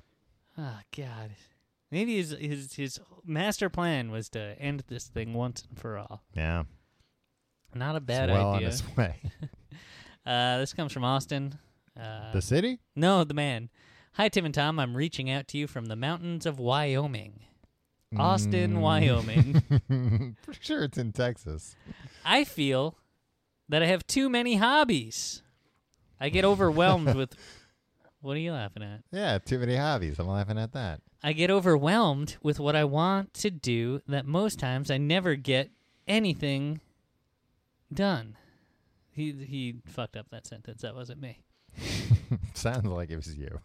Oh God. Maybe his his his master plan was to end this thing once and for all. Yeah. Not a He's bad well on idea. his way. Uh, this comes from Austin. Uh, the city? no, the man. Hi, Tim and Tom. I'm reaching out to you from the mountains of Wyoming, Austin, Mm. Wyoming. Pretty sure it's in Texas. I feel that I have too many hobbies. I get overwhelmed with. What are you laughing at? Yeah, too many hobbies. I'm laughing at that. I get overwhelmed with what I want to do that most times I never get anything done. He he fucked up that sentence. That wasn't me. Sounds like it was you.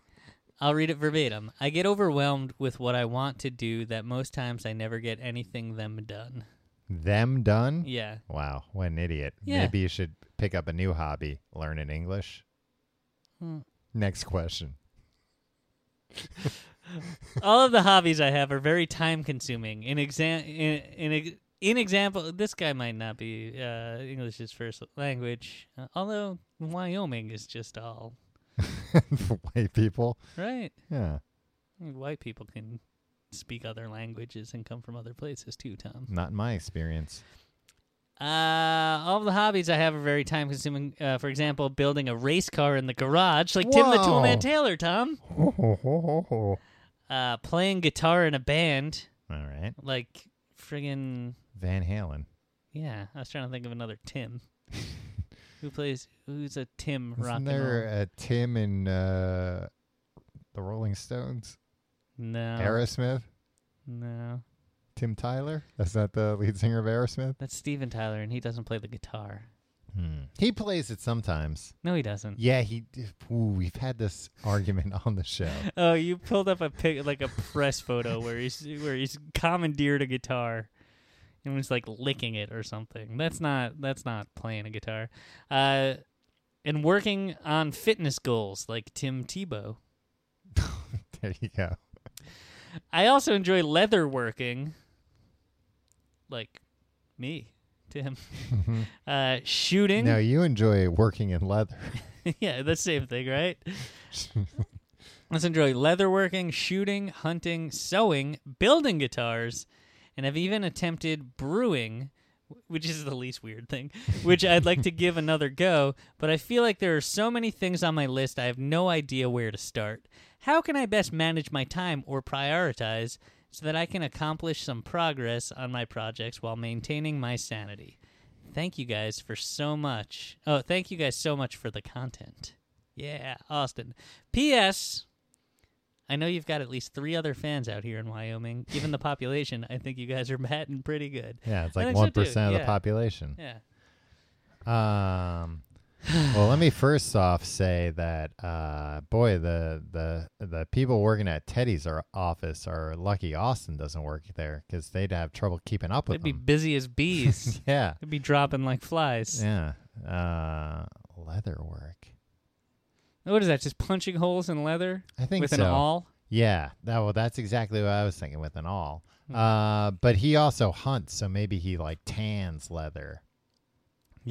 I'll read it verbatim. I get overwhelmed with what I want to do that most times I never get anything them done. Them done? Yeah. Wow, what an idiot. Yeah. Maybe you should pick up a new hobby, learn in English. Hmm. Next question. All of the hobbies I have are very time consuming. In exam in, in ex- in example, this guy might not be uh, English his first language, uh, although Wyoming is just all For white people. right. Yeah. White people can speak other languages and come from other places too, Tom. Not in my experience. Uh, all the hobbies I have are very time consuming. Uh, for example, building a race car in the garage, like Tim the Whoa. Toolman Taylor, Tom. All Uh, playing guitar in a band, right. like friggin' Van Halen. yeah. I was trying to think of another Tim who plays. Who's a Tim rock and Isn't roll? there a Tim in uh, the Rolling Stones? no, Aerosmith? no, Tim Tyler? That's not the lead singer of Aerosmith? that's Steven Tyler, and he doesn't play the guitar. Hmm. He plays it sometimes. No, he doesn't. Yeah, he. Ooh, we've had this argument on the show. Oh, you pulled up a pic, like a press photo where he's where he's commandeered a guitar and was like licking it or something. That's not that's not playing a guitar. Uh, and working on fitness goals like Tim Tebow. there you go. I also enjoy leather working, like me, Tim. uh, shooting. No, you enjoy working in leather. yeah, that's the same thing, right? Let's enjoy leatherworking, shooting, hunting, sewing, building guitars, and have even attempted brewing, wh- which is the least weird thing, which I'd like to give another go, but I feel like there are so many things on my list I have no idea where to start. How can I best manage my time or prioritize so that I can accomplish some progress on my projects while maintaining my sanity? Thank you guys for so much. Oh, thank you guys so much for the content. Yeah, Austin. P.S. I know you've got at least three other fans out here in Wyoming. Given the population, I think you guys are batting pretty good. Yeah, it's I like think so, one too. of the Yeah. population. Yeah. Um, well, let me first off say that, uh, boy, the the the people working at Teddy's our office are lucky Austin doesn't work there because they'd have trouble keeping up with They'd be them. busy as bees. yeah, They'd be dropping like flies. yeah. Uh, leather work. What is that? Just punching holes in leather I think with an so. awl? Yeah, that well, that's exactly what I was thinking with an all. Hmm. Uh, but he also hunts, so maybe he like tans leather,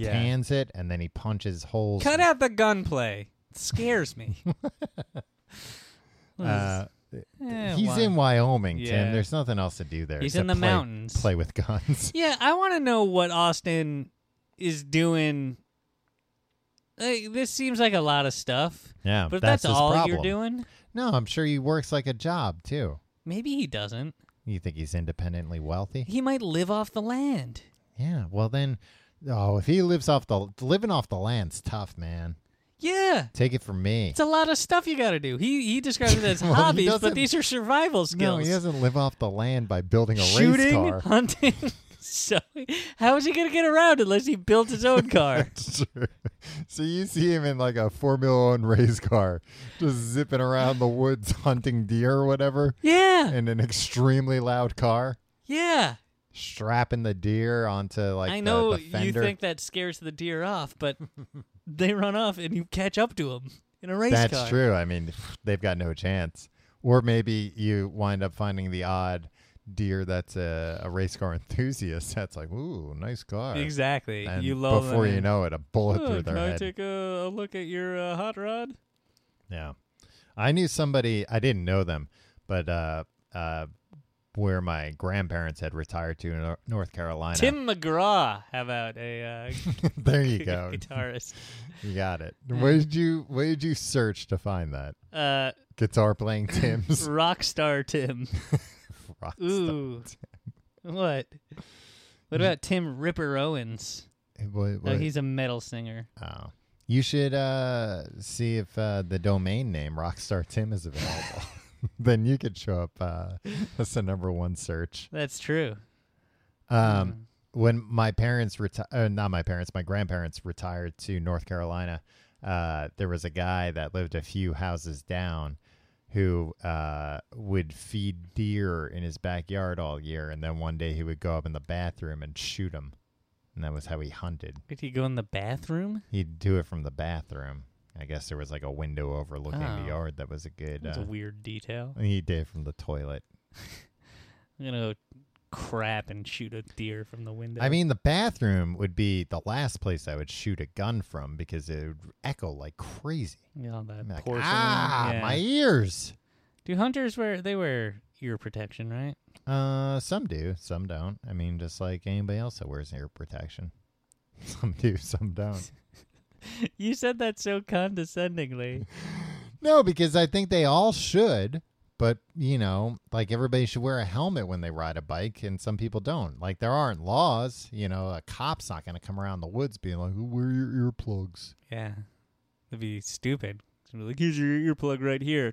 tans it, and then he punches holes. Cut out the gunplay. It scares me. Uh, Eh, he's why? in Wyoming, Yeah. Tim. There's nothing else to do there. He's except in the play- mountains. Play with guns. Yeah, I want to know what Austin is doing. Like, this seems like a lot of stuff, yeah, but if that's, that's, his all problem. you're doing, No, I'm sure he works like a job too. maybe he doesn't. You think he's independently wealthy? He might live off the land. Yeah. Well, then, oh, if he lives off the living off the land's tough, man. Yeah, Take it from me. it's a lot of stuff you got to do. He he describes it as Well, he hobbies, but doesn't- these are survival no, skills. he doesn't live off the land by building a race Shooting, car. hunting. so how is he gonna get around unless he built his own car? Sure. So you see him in like a Formula One race car, just zipping around the woods hunting deer or whatever, yeah, in an extremely loud car, yeah. strapping the deer onto like I the- know the you fender. think that scares the deer off, but they run off and you catch up to them in a race That's car. true. I mean, they've got no chance. Or maybe you wind up finding the odd deer that's a, a race car enthusiast. That's like, ooh, nice car. Exactly. And you love before them. Oh, you know it, a bullet through their can I head. take a, a look at your uh, hot rod? Yeah. I knew somebody, I didn't know them, but uh, uh, where my grandparents had retired to in Nor- North Carolina. Tim McGraw, how about a uh, there you go. guitarist? You got it. What did you What did you search to find that Uh, guitar playing Tim's Rockstar Tim. rock star? Ooh. what? What about Tim Ripper Owens? What- Oh, what- he's a metal singer. oh. You should uh, see if uh, the domain name Rockstar Tim is available. then you could show up. Uh, that's the number one search. That's true. Um, Mm-hmm. when my parents retired, uh, not my parents, my grandparents retired to North Carolina. Uh, there was a guy that lived a few houses down who uh, would feed deer in his backyard all year, and then one day he would go up in the bathroom and shoot them, and that was how he hunted. Did he go in the bathroom? He'd do it from the bathroom. I guess there was like a window overlooking Oh. the yard that was a good. That's Uh, a weird detail. he did it from the toilet. I'm gonna go crap and shoot a deer from the window. I mean, the bathroom would be the last place I would shoot a gun from because it would echo like crazy. You know, that I'm like, porcelain. ah, yeah. my ears. Do hunters wear? They wear ear protection, right? Uh, some do, some don't. I mean, just like anybody else that wears ear protection. Some do, some don't. you said that so condescendingly. no, because I think they all should. But you know, like everybody should wear a helmet when they ride a bike, and some people don't. Like there aren't laws. You know, a cop's not going to come around the woods being like, "Where are your earplugs?" yeah, that'd be stupid. Be like, here's your earplug right here.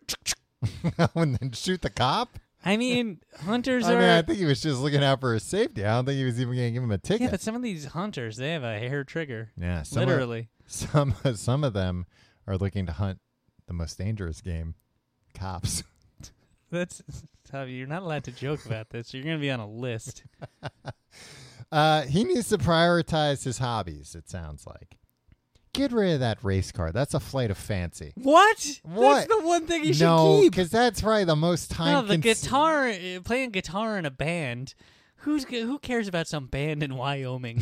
and then shoot the cop. I mean, hunters I are. mean, I think he was just looking out for his safety. I don't think he was even going to give him a yeah, ticket. but some of these hunters, they have a hair trigger. Yeah, some Of, Literally, some some of them are looking to hunt the most dangerous game, cops. that's. Tommy, you're not allowed to joke about this. You're gonna be on a list. Uh, he needs to prioritize his hobbies. It sounds like. Get rid of that race car. That's a flight of fancy. What? What? That's the one thing you no, should keep. because that's probably the most time. No, Oh, the cons- guitar, uh, playing guitar in a band. Who's g- who cares about some band in Wyoming?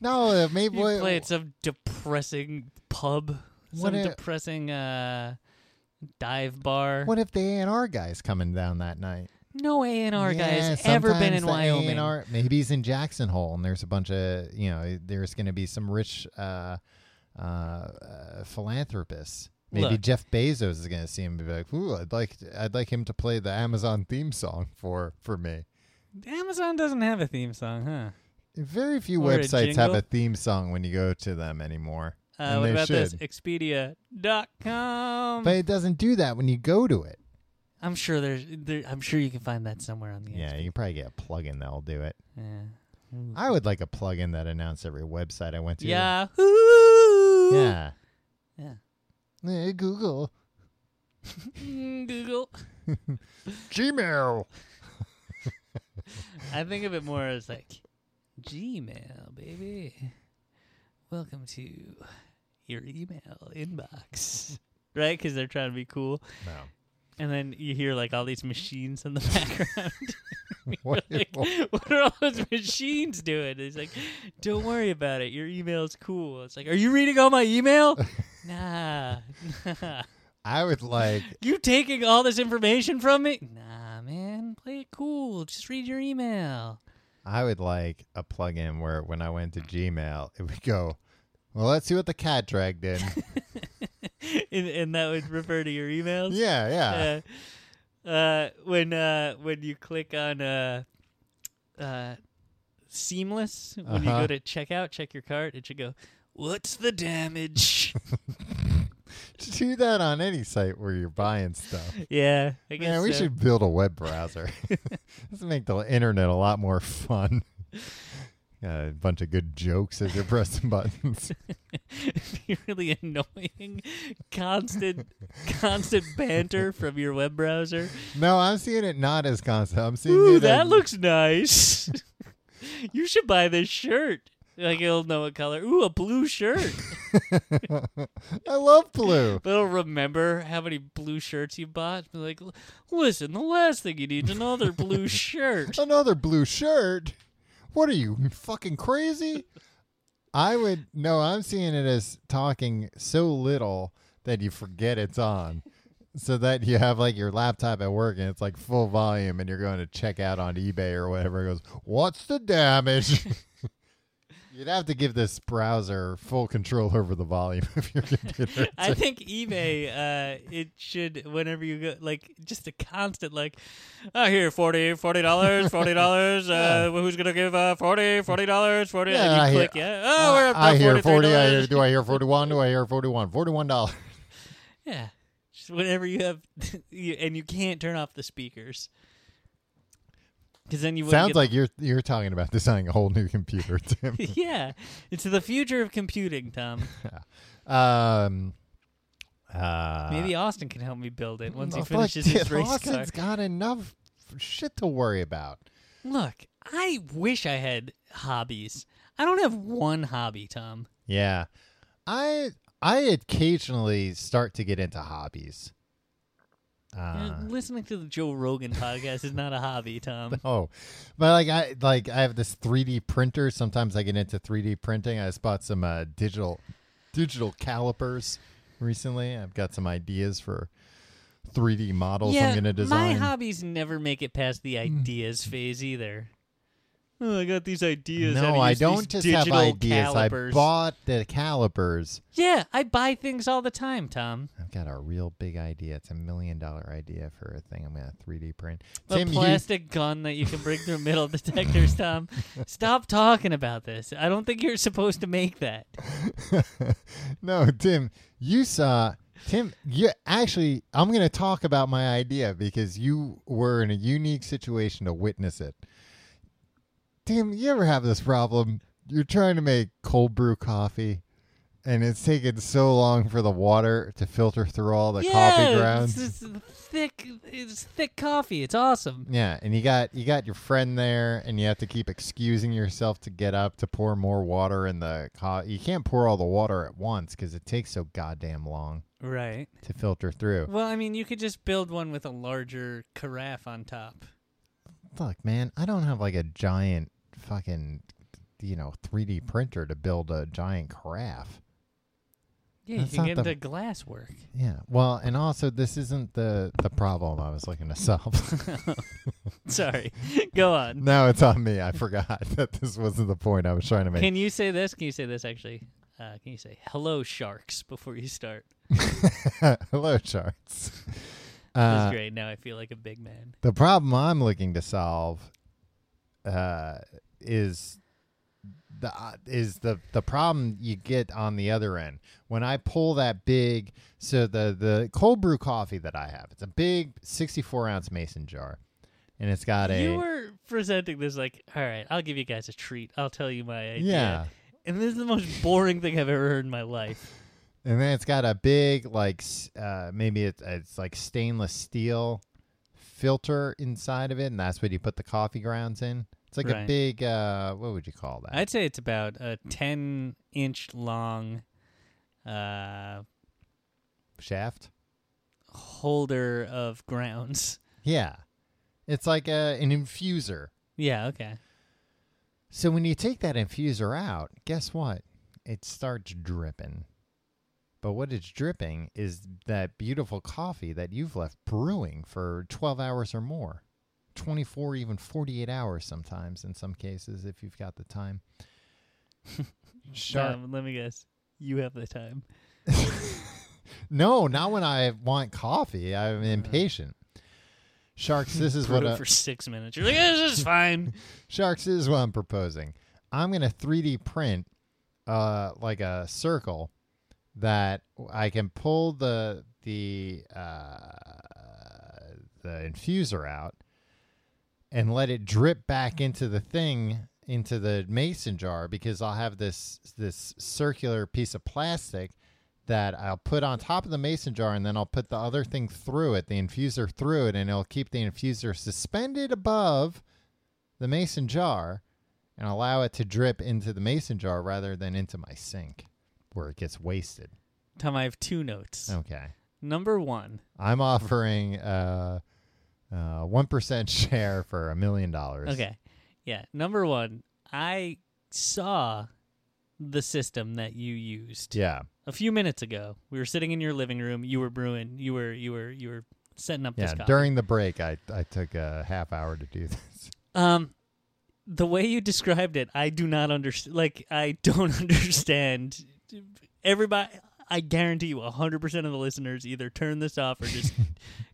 No, uh, maybe you what, play at some depressing pub, What some a- depressing uh, dive bar. what if the A&R guy's coming down that night? No A and R guy Yeah, has ever been sometimes in the Wyoming. A&R maybe he's in Jackson Hole, and there's a bunch of you know, there's going to be some rich uh, uh, uh, philanthropists. Maybe Look. Jeff Bezos is going to see him and be like, "Ooh, I'd like, I'd like him to play the Amazon theme song for for me." Amazon doesn't have a theme song, huh? Very few Or a websites have jingle? a theme song when you go to them anymore, Uh, and what they about should. this? Expedia.com. But it doesn't do that when you go to it. I'm sure there's. There, I'm sure you can find that somewhere on the Yeah, you can probably get a plugin that'll do it. internet. Yeah. I would like a plugin that announced every website I went to. Yahoo. Yeah. Yeah. Eh, Google. Mm, Google. Gmail. I think of it more as like Gmail, baby. Welcome to your email inbox. Right? Because they're trying to be cool. No. And then you hear like all these machines in the background. What- like, what are all those machines doing? It's like, don't worry about it. Your email's cool. It's like, are you reading all my email? nah, nah. I would like You taking all this information from me? Nah, man. Play it cool. Just read your email. I would like a plugin where when I went to Gmail, it would go, Well, let's see what the cat dragged in. and, and that would refer to your emails. yeah, Uh, yeah. uh, when uh, when you click on uh, uh, seamless, when you go Uh-huh. to checkout, check your cart, it should go. What's the damage? Just Do that on any site where you're buying stuff. yeah, I guess Yeah, we so. should build a web browser. Let's make the internet a lot more fun. Got a bunch of good jokes as you're pressing buttons. be really annoying. Constant, constant banter from your web browser. No, I'm seeing it not as constant. I'm seeing Ooh, it that as- looks nice. you should buy this shirt. Like it'll know what color. Ooh, a blue shirt. I love blue. They'll remember how many blue shirts you bought. Be like, "L- listen, the last thing you need is another blue shirt. Another blue shirt? What are you fucking crazy? I would no, I'm seeing it as talking so little that you forget it's on. So that you have like your laptop at work and it's like full volume and you're going to check out on eBay or whatever. It goes, What's the damage? You'd have to give this browser full control over the volume of your computer. I think eBay, uh, it should, whenever you go, like, just a constant, like, oh, here, 40 $40, $40. Uh, Who's going to give uh, 40 $40, 40 Yeah, And you I hear- click, yeah. Oh, we're up to I hear 40. I $43. hear, do I hear 41? Do I hear 41? $41. Yeah. Just whenever you have, you, and you can't turn off the speakers. Because then you wouldn't Sounds get like you're you're talking about designing a whole new computer, Tim. yeah, it's the future of computing, Tom. um, uh, Maybe Austin can help me build it once he look, finishes his Oh, dude, race Austin's car. got enough shit to worry about. Look, I wish I had hobbies. I don't have one hobby, Tom. Yeah, I I occasionally start to get into hobbies. You know, Uh, Listening to the Joe Rogan podcast is not a hobby, Tom. oh, but like I like I have this 3D printer. Sometimes I get into 3D printing. I just bought some uh, digital digital calipers recently. I've got some ideas for 3D models I'm yeah, going to my design. Hmm. hobbies never make it past the ideas phase either. Oh, I got these ideas. how No, to I use don't these just have digital ideas. Calipers. I bought the calipers. Yeah, I buy things all the time, Tom. I've got a real big idea. It's a million dollar idea for a thing. I'm gonna 3D print. A Tim, you- plastic gun that you can bring through metal detectors, Tom. Stop talking about this. I don't think you're supposed to make that. no, Tim, you saw Tim. You actually, I'm gonna talk about my idea because you were in a unique situation to witness it. Tim, you ever have this problem? You're trying to make cold brew coffee. And it's taking so long for the water to filter through all the coffee yeah, grounds. it's, it's thick. It's thick coffee. It's awesome. Yeah, and you got you got your friend there, and you have to keep excusing yourself to get up to pour more water in the co You can't pour all the water at once because it takes so goddamn long Right. to filter through. Well, I mean, you could just build one with a larger carafe on top. look, man, I don't have like a giant fucking, you know, 3D printer to build a giant carafe. Yeah, you That's can not get the- into glass work. Yeah. Well, and also this isn't the the problem I was looking to solve. Sorry. Go on. now it's on me. I forgot that this wasn't the point I was trying to make. Can you say this? Can you say this actually? Uh, can you say hello sharks before you start? Hello, charts. That's Uh, great. Now I feel like a big man. the problem I'm looking to solve uh, is the uh, is the the problem you get on the other end when I pull that big. So the the cold brew coffee that I have, it's a big 64 ounce mason jar, and it's got a You were presenting this like, all right, I'll give you guys a treat. I'll tell you my idea. yeah. And this is the most boring thing I've ever heard in my life. And then it's got a big, like, s- uh, maybe it's, it's like stainless steel filter inside of it, and that's what you put the coffee grounds in. It's like a Right. big, uh, what would you call that? I'd say it's about a 10 inch long uh, Shaft? holder of grounds. Yeah. It's like a, an infuser. Yeah, okay. So when you take that infuser out, guess what? It starts dripping. But what it's dripping is that beautiful coffee that you've left brewing for 12 hours or more. 24, even 48 hours sometimes in some cases if you've got the time. Sharp. Um, let me guess. You have the time. No, not when I want coffee. I'm impatient. Sharks, this is what Brew Uh-huh. it I- for six minutes. You're like, this is fine. Sharks this is what I'm proposing. I'm gonna 3D print uh like a circle that I can pull the the uh the infuser out and let it drip back into the thing into the mason jar because I'll have this this circular piece of plastic that I'll put on top of the mason jar and then I'll put the other thing through it, the infuser through it, and it'll keep the infuser suspended above the mason jar and allow it to drip into the mason jar rather than into my sink where it gets wasted. Tom, I have two notes. Okay. Number one, I'm offering uh uh one percent share for a million dollars. Okay. Yeah. Number one, I saw the system that you used Yeah. a few minutes ago. We were sitting in your living room. You were brewing. You were you were you were setting up Yeah. this coffee. During the break I I took a half hour to do this. um, the way you described it, I do not understand. Like I don't understand. Everybody, I guarantee you, hundred percent of the listeners either turn this off or just.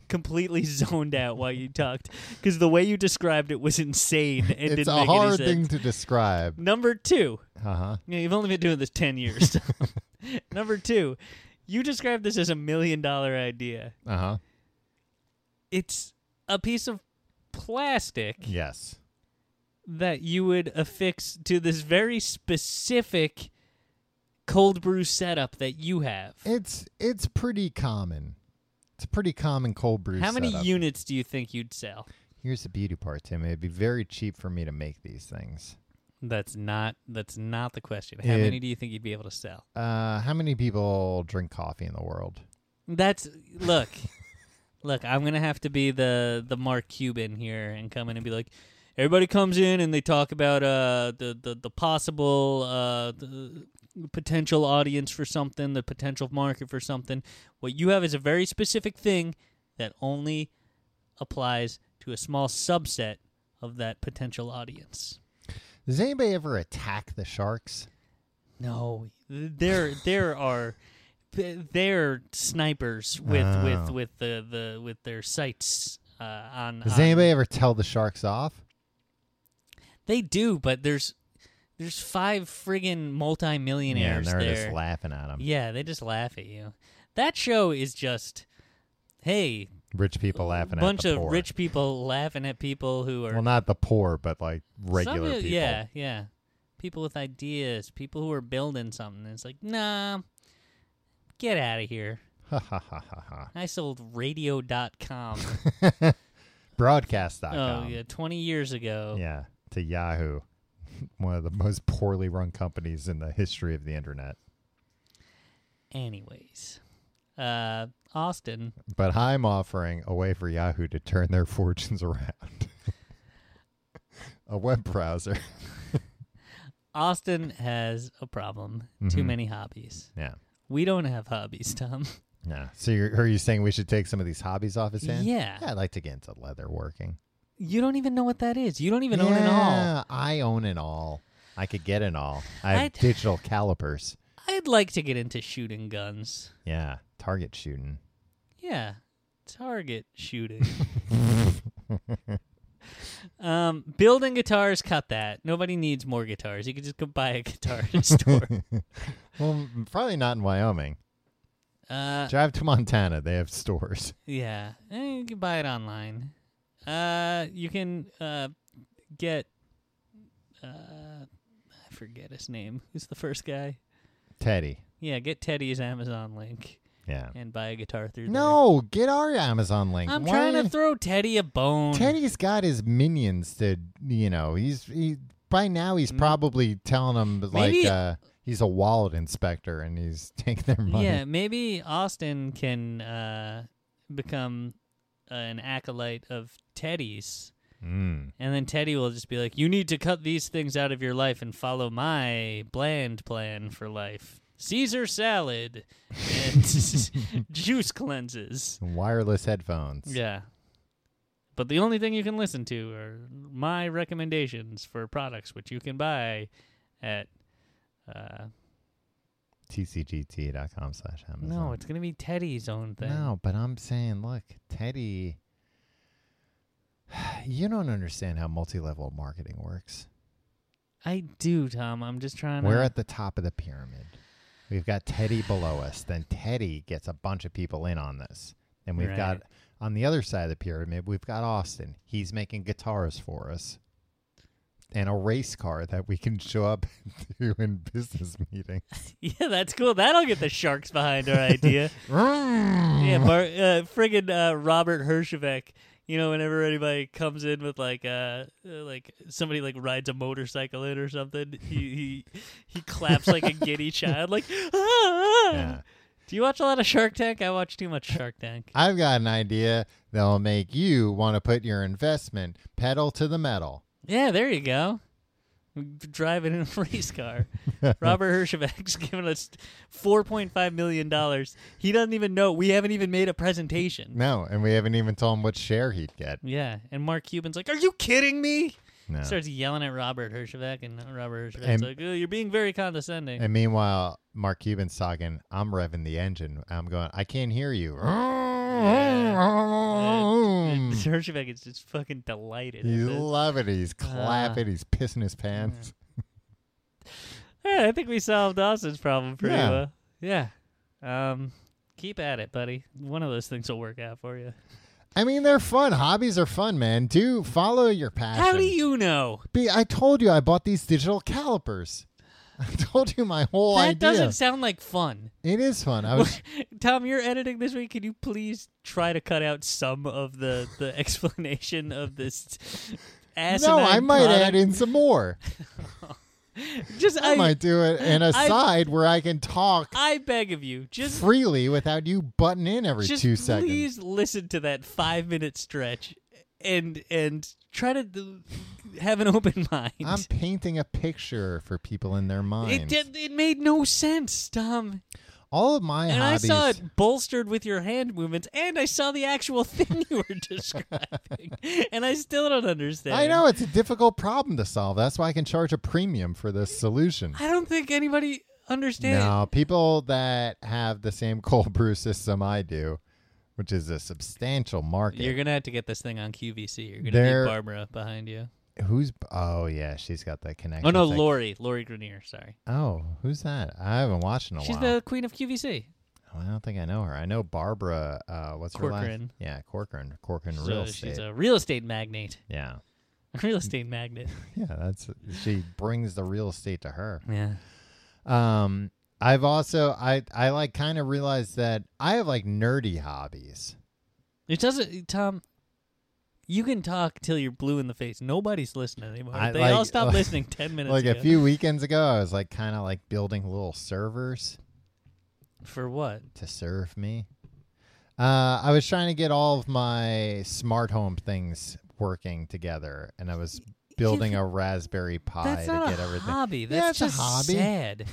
completely zoned out while you talked because the way you described it was insane and it's didn't a make hard any sense. thing to describe. number two Uh huh. Yeah, you've only been doing this 10 years. Number two, you described this as a million dollar idea. Uh huh. It's a piece of plastic Yes. that you would affix to this very specific cold brew setup that you have. It's it's pretty common. It's a pretty common cold brew. How many setup. units do you think you'd sell? Here's the beauty part, Tim. It'd be very cheap for me to make these things. That's not that's not the question. How It- many do you think you'd be able to sell? Uh, how many people drink coffee in the world? That's look, look. I'm gonna have to be the the Mark Cuban here and come in and be like, everybody comes in and they talk about uh the the, the possible uh the potential audience for something, the potential market for something. What you have is a very specific thing that only applies to a small subset of that potential audience. Does anybody ever attack the sharks? No, there there are th- they're snipers with with Oh. with the, the with their sights uh, on. Does on- anybody ever tell the sharks off? They do, but there's there's five friggin' Yeah, multimillionaires and they're there. just laughing at them. yeah, they just laugh at you. That show is just hey, Rich people laughing at bunch the of poor. rich people laughing at people who are Well, not the poor, but like Some regular of- people. Yeah, yeah. People with ideas, people who are building something. It's like, nah, get out of here. Ha ha ha ha ha. I sold radio.com. Broadcast.com. oh, yeah, 20 years ago. Yeah, to Yahoo, one of the most poorly run companies in the history of the internet. Anyways, uh, Austin, But I'm offering a way for Yahoo to turn their fortunes around. a web browser. Austin has a problem. Too Mhm. many hobbies. yeah. We don't have hobbies, Tom. Yeah. So you're, are you saying we should take some of these hobbies off his hands? Yeah. I'd like to get into leather working. You don't even know what that is. You don't even yeah, own it all. I own an all. I could get an all. I have I'd- digital calipers. I'd like to get into shooting guns. Yeah. Target shooting. Yeah. Target shooting. um, building guitars, cut that. Nobody needs more guitars. You could just go buy a guitar at a store. Well, m- probably not in Wyoming. Uh, Drive to Montana. They have stores. yeah. Eh, you can buy it online. Uh, you can uh, get. Uh, I forget his name. Who's the first guy? Teddy. Yeah, get Teddy's Amazon link Yeah. and buy a guitar through there. No, get our Amazon link. I'm Why trying you- to throw Teddy a bone. Teddy's got his minions to, you know, he's he by now he's probably telling them Mm. like Maybe- uh, he's a wallet inspector and he's taking their money. Yeah, maybe Austin can uh, become an acolyte of Teddy's, Mm. and then Teddy will just be like, "You need to cut these things out of your life and follow my bland plan for life: Caesar salad and juice cleanses." Wireless headphones. Yeah. But the only thing you can listen to are my recommendations for products which you can buy at uh TCGT.com slash Amazon. no, it's gonna be Teddy's own thing. No, but I'm saying, look, Teddy, you don't understand how multi-level marketing works. I do, Tom. I'm just trying We're to at the top of the pyramid. We've got Teddy below us. Then Teddy gets a bunch of people in on this. And we've Right. got on the other side of the pyramid, we've got Austin. He's making guitars for us and a race car that we can show up to in business meeting. Yeah, that's cool. That'll get the sharks behind our idea. yeah, Mm. Mar- uh, friggin' uh, Robert Hershevek. You know, whenever anybody comes in with like, uh, uh, like somebody like rides a motorcycle in or something, he he, he claps like a giddy child, like. "Ah!" Yeah. Do you watch a lot of Shark Tank? I watch too much Shark Tank. I've got an idea that'll make you want to put your investment pedal to the metal. Yeah, there you go. Driving in a race car. Robert Hershevek's giving us four point five million dollars. He doesn't even know. We haven't even made a presentation. No, and we haven't even told him what share he'd get. Yeah, and Mark Cuban's like, "Are you kidding me?" No. Starts yelling at Robert Hershevek, and Robert Hershevek's And- like, oh, "You're being very condescending." And meanwhile, Mark Cuban's talking, I'm revving the engine. I'm going, I can't hear you. And mm. Hershevek is just fucking delighted. at He's this. loving it. He's clapping. He's pissing his pants. All right, I think we solved Austin's problem pretty Yeah. well. Yeah. Um, keep at it, buddy. One of those things will work out for you. I mean, they're fun. Hobbies are fun, man. Do follow your passion. How do you know? Be, I told you I bought these digital calipers. I told you my whole that idea. doesn't sound like fun. it is fun. I was Tom, you're editing this week. Can you please try to cut out some of the the explanation of this? no, asinine I might product? add in some more. Just I, I, might do it an I- aside where I can talk I beg of you, just freely without you butting in every just two seconds. please listen to that five minute stretch, and and try to d- have an open mind. I'm painting a picture for people in their it minds. did, it made no sense, Tom. All of my And hobbies. I saw it bolstered with your hand movements, and I saw the actual thing you were describing, and I still don't understand. I know it's a difficult problem to solve. That's why I can charge a premium for this solution. I don't think anybody understands. Now, people that have the same cold brew system I do, which is a substantial market. You're gonna have to get this thing on QVC. You're gonna There- need Barbara behind you. Who's? Oh yeah, she's got that connection. Oh no, thing. Lori, Lori Grenier. Sorry, Oh, who's that? I haven't watched in a she's while. the queen of QVC. I don't think I know her. I know Barbara. Uh, what's her last? Corcoran. Yeah, Corcoran. Corcoran So real she's estate. a real estate magnate. yeah, A real estate magnate. yeah. That's she brings the real estate to her. Yeah. Um, I've also I I like kind of realized that I have like nerdy hobbies. It doesn't, Tom. You can talk till you're blue in the face. Nobody's listening anymore. I- they like- all stopped like- listening ten minutes like ago. a few weekends ago, I was like kind of like building little servers For what? to serve me. Uh, I was trying to get all of my smart home things working together, and I was building a Raspberry Pi That's to not get a everything. hobby. Yeah, That's it's a just hobby. sad.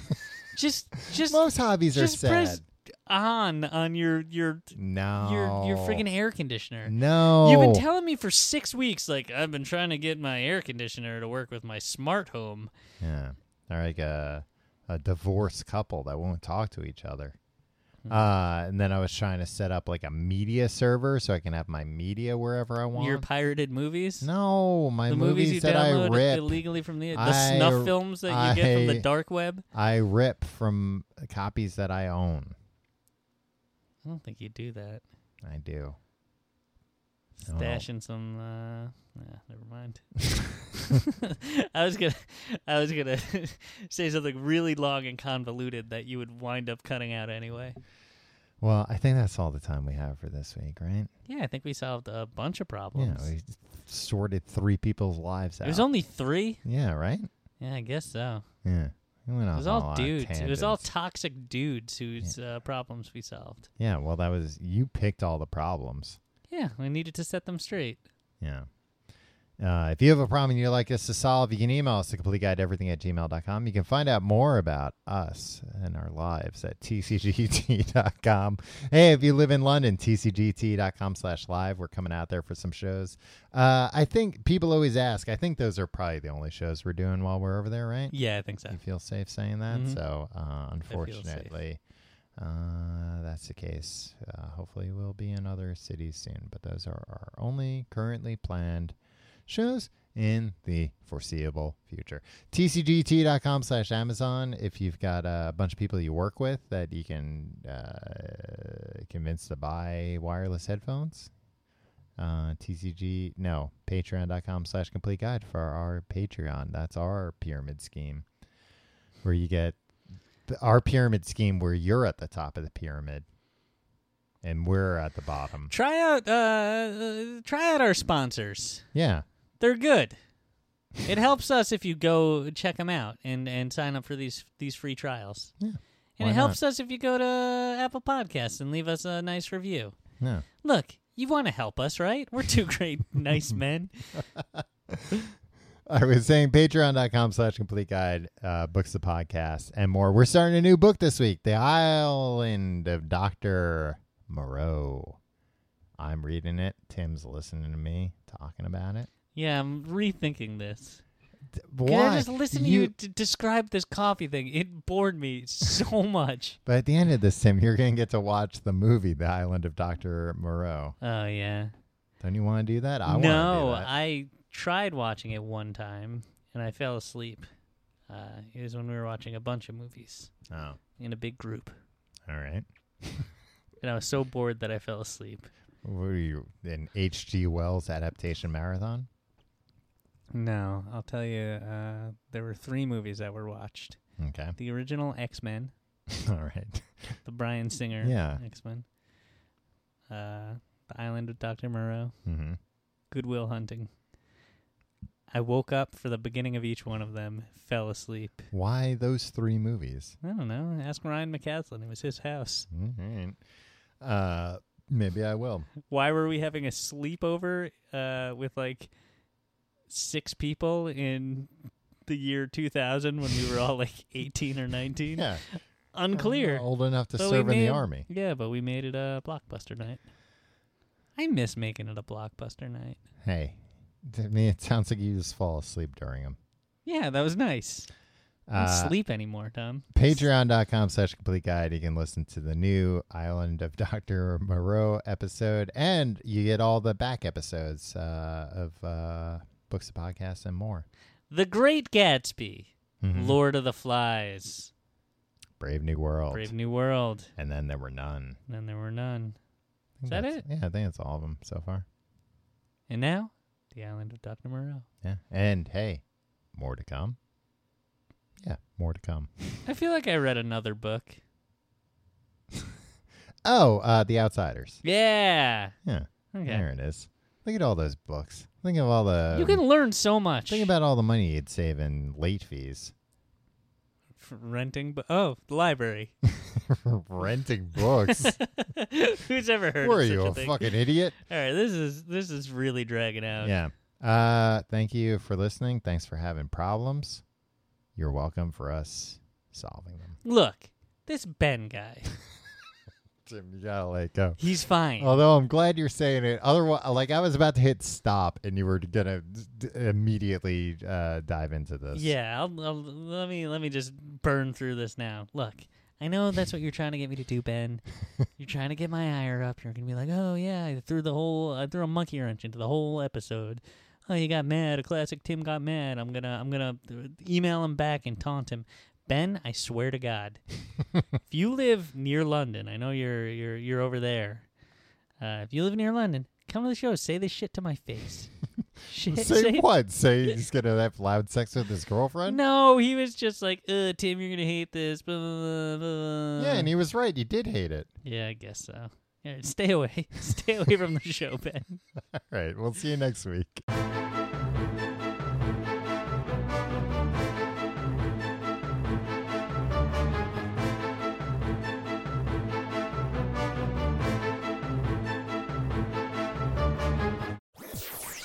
just, just Most hobbies are just sad. press on on your your no. your your friggin' air conditioner. No. You've been telling me for six weeks, like I've been trying to get my air conditioner to work with my smart home. Yeah. They're like a, a divorced couple that won't talk to each other. Hmm. Uh, and then I was trying to set up like a media server so I can have my media wherever I want. Your pirated movies, no, my the movies, you that I download rip, illegally from the the I- snuff films that you get from I- the dark web. I rip from copies that I own. I don't think you do that. I do. I don't know. Stashing some. Uh, nah, never mind. I was gonna, I was gonna say something really long and convoluted that you would wind up cutting out anyway. Well, I think that's all the time we have for this week, right? Yeah, I think we solved a bunch of Yeah, problems. we sorted three people's lives out. it was only three. yeah, right. Yeah, I guess so. Yeah, we went off It was on a all lot of dudes. It was all tangents. toxic dudes whose uh, problems we solved. yeah, well, that was you picked all the problems. Yeah, we needed to set them straight. Yeah. Uh, if you have a problem you'd like us to solve, you can email us at complete guide everything at gmail.com. You can find out more about us and our lives at tcgt.com. Hey, if you live in London, tcgt.com slash live. We're coming out there for some shows. Uh, I think people always ask, I think those are probably the only shows we're doing while we're over there, right? Yeah, I think so. You feel safe saying that? Mhm. So, uh, feel safe. unfortunately, uh, that's the case. Uh, hopefully, we'll be in other cities soon, but those are our only currently planned shows in the foreseeable future. TCGT.com slash Amazon. If you've got uh, a bunch of people you work with that you can uh, convince to buy wireless headphones, uh, TCG, no, patreon.com slash complete guide for our Patreon. That's our pyramid scheme where you get th- our pyramid scheme where you're at the top of the pyramid and we're at the bottom. Try out, uh, uh, try out our sponsors. Yeah. They're good. It helps us if you go check them out and, and sign up for these these free trials. Yeah. And Why it helps us if you go to Apple Podcasts and leave us a nice review. Yeah. Look, you want to help us, right? We're two great, nice men. I was saying patreon.com slash complete guide, uh, books the podcast, and more. We're starting a new book this week The Island of Dr. Moreau. I'm reading it. Tim's listening to me talking about it. Yeah, I'm rethinking this. D- Can Why? I just listen to you d- describe this coffee thing? It bored me so much. But at the end of this, Tim, you're going to get to watch the movie The Island of Dr. Moreau. Oh yeah. Don't you want to do that? I want to no, do that. I tried watching it one time and I fell asleep. Uh, it was when we were watching a bunch of movies Oh, in a big group, all right. and I was so bored that I fell asleep. What are you an H.G. Wells adaptation marathon? No, I'll tell you. Uh, there were three movies that were watched: Okay, the original X Men, all right. the Brian Singer Yeah. X Men, uh, the Island of Doctor Moreau, Mm-hmm. Goodwill Hunting. I woke up for the beginning of each one of them, fell asleep. Why those three movies? I don't know. Ask Ryan McCaslin. It was his house. All right. Uh, maybe I will. Why were we having a sleepover uh, with like six people in the year 2000 when we were all like 18 or 19? Yeah, Unclear. I'm Old enough to But we serve in made- the army. Yeah, but we made it a blockbuster night. I miss making it a blockbuster night. Hey, to me it sounds like you just fall asleep during them. Yeah, that was nice. I don't Uh, sleep anymore, Tom. Patreon.com slash complete guide. You can listen to the new Island of Dr. Moreau episode, and you get all the back episodes uh, of uh, books, podcasts, and more. The Great Gatsby, Mhm. Lord of the Flies, Brave New World. Brave New World, and then there were none. and then there were none. I think Is that that's- it? Yeah, I think that's all of them so far. And now, The Island of Dr. Moreau. Yeah. And hey, more to come. Yeah, more to come. I feel like I read another book. Oh, uh, The Outsiders. Yeah. Yeah, Okay. there it is. Look at all those books. Think of all the. you can learn so much. um, think about all the money you'd save in late fees F- renting, but oh, the library. for renting books. Who's ever heard Were of such you Oh, a a thing? fucking idiot? All right, this is this is really dragging out. Yeah. Uh, thank you for listening. Thanks for having problems. You're welcome for us solving them. Look, this Ben guy, Tim, you gotta let go. he's fine. Although I'm glad you're saying it. Otherwise, like I was about to hit stop, and you were gonna d- immediately uh, dive into this. Yeah, I'll, I'll, let me let me just burn through this now. Look, I know that's what you're trying to get me to do, Ben. you're trying to get my ire up. You're gonna be like, oh yeah, I threw the whole I threw a monkey wrench into the whole episode. Oh, you got mad. A classic Tim got mad. I'm gonna I'm gonna email him back and taunt him. Ben, I swear to God, if you live near London, I know you're you're you're over there. Uh, if you live near London, come to the show. Say this shit to my face. shit, Say, say what? Say he's gonna have loud sex with his girlfriend? no, he was just like, uh, Tim, you're gonna hate this. Blah, blah, blah, blah. Yeah, and he was right. You did hate it. yeah, I guess so. All right, stay away, stay away from the show, Ben. All right. We'll see you next week.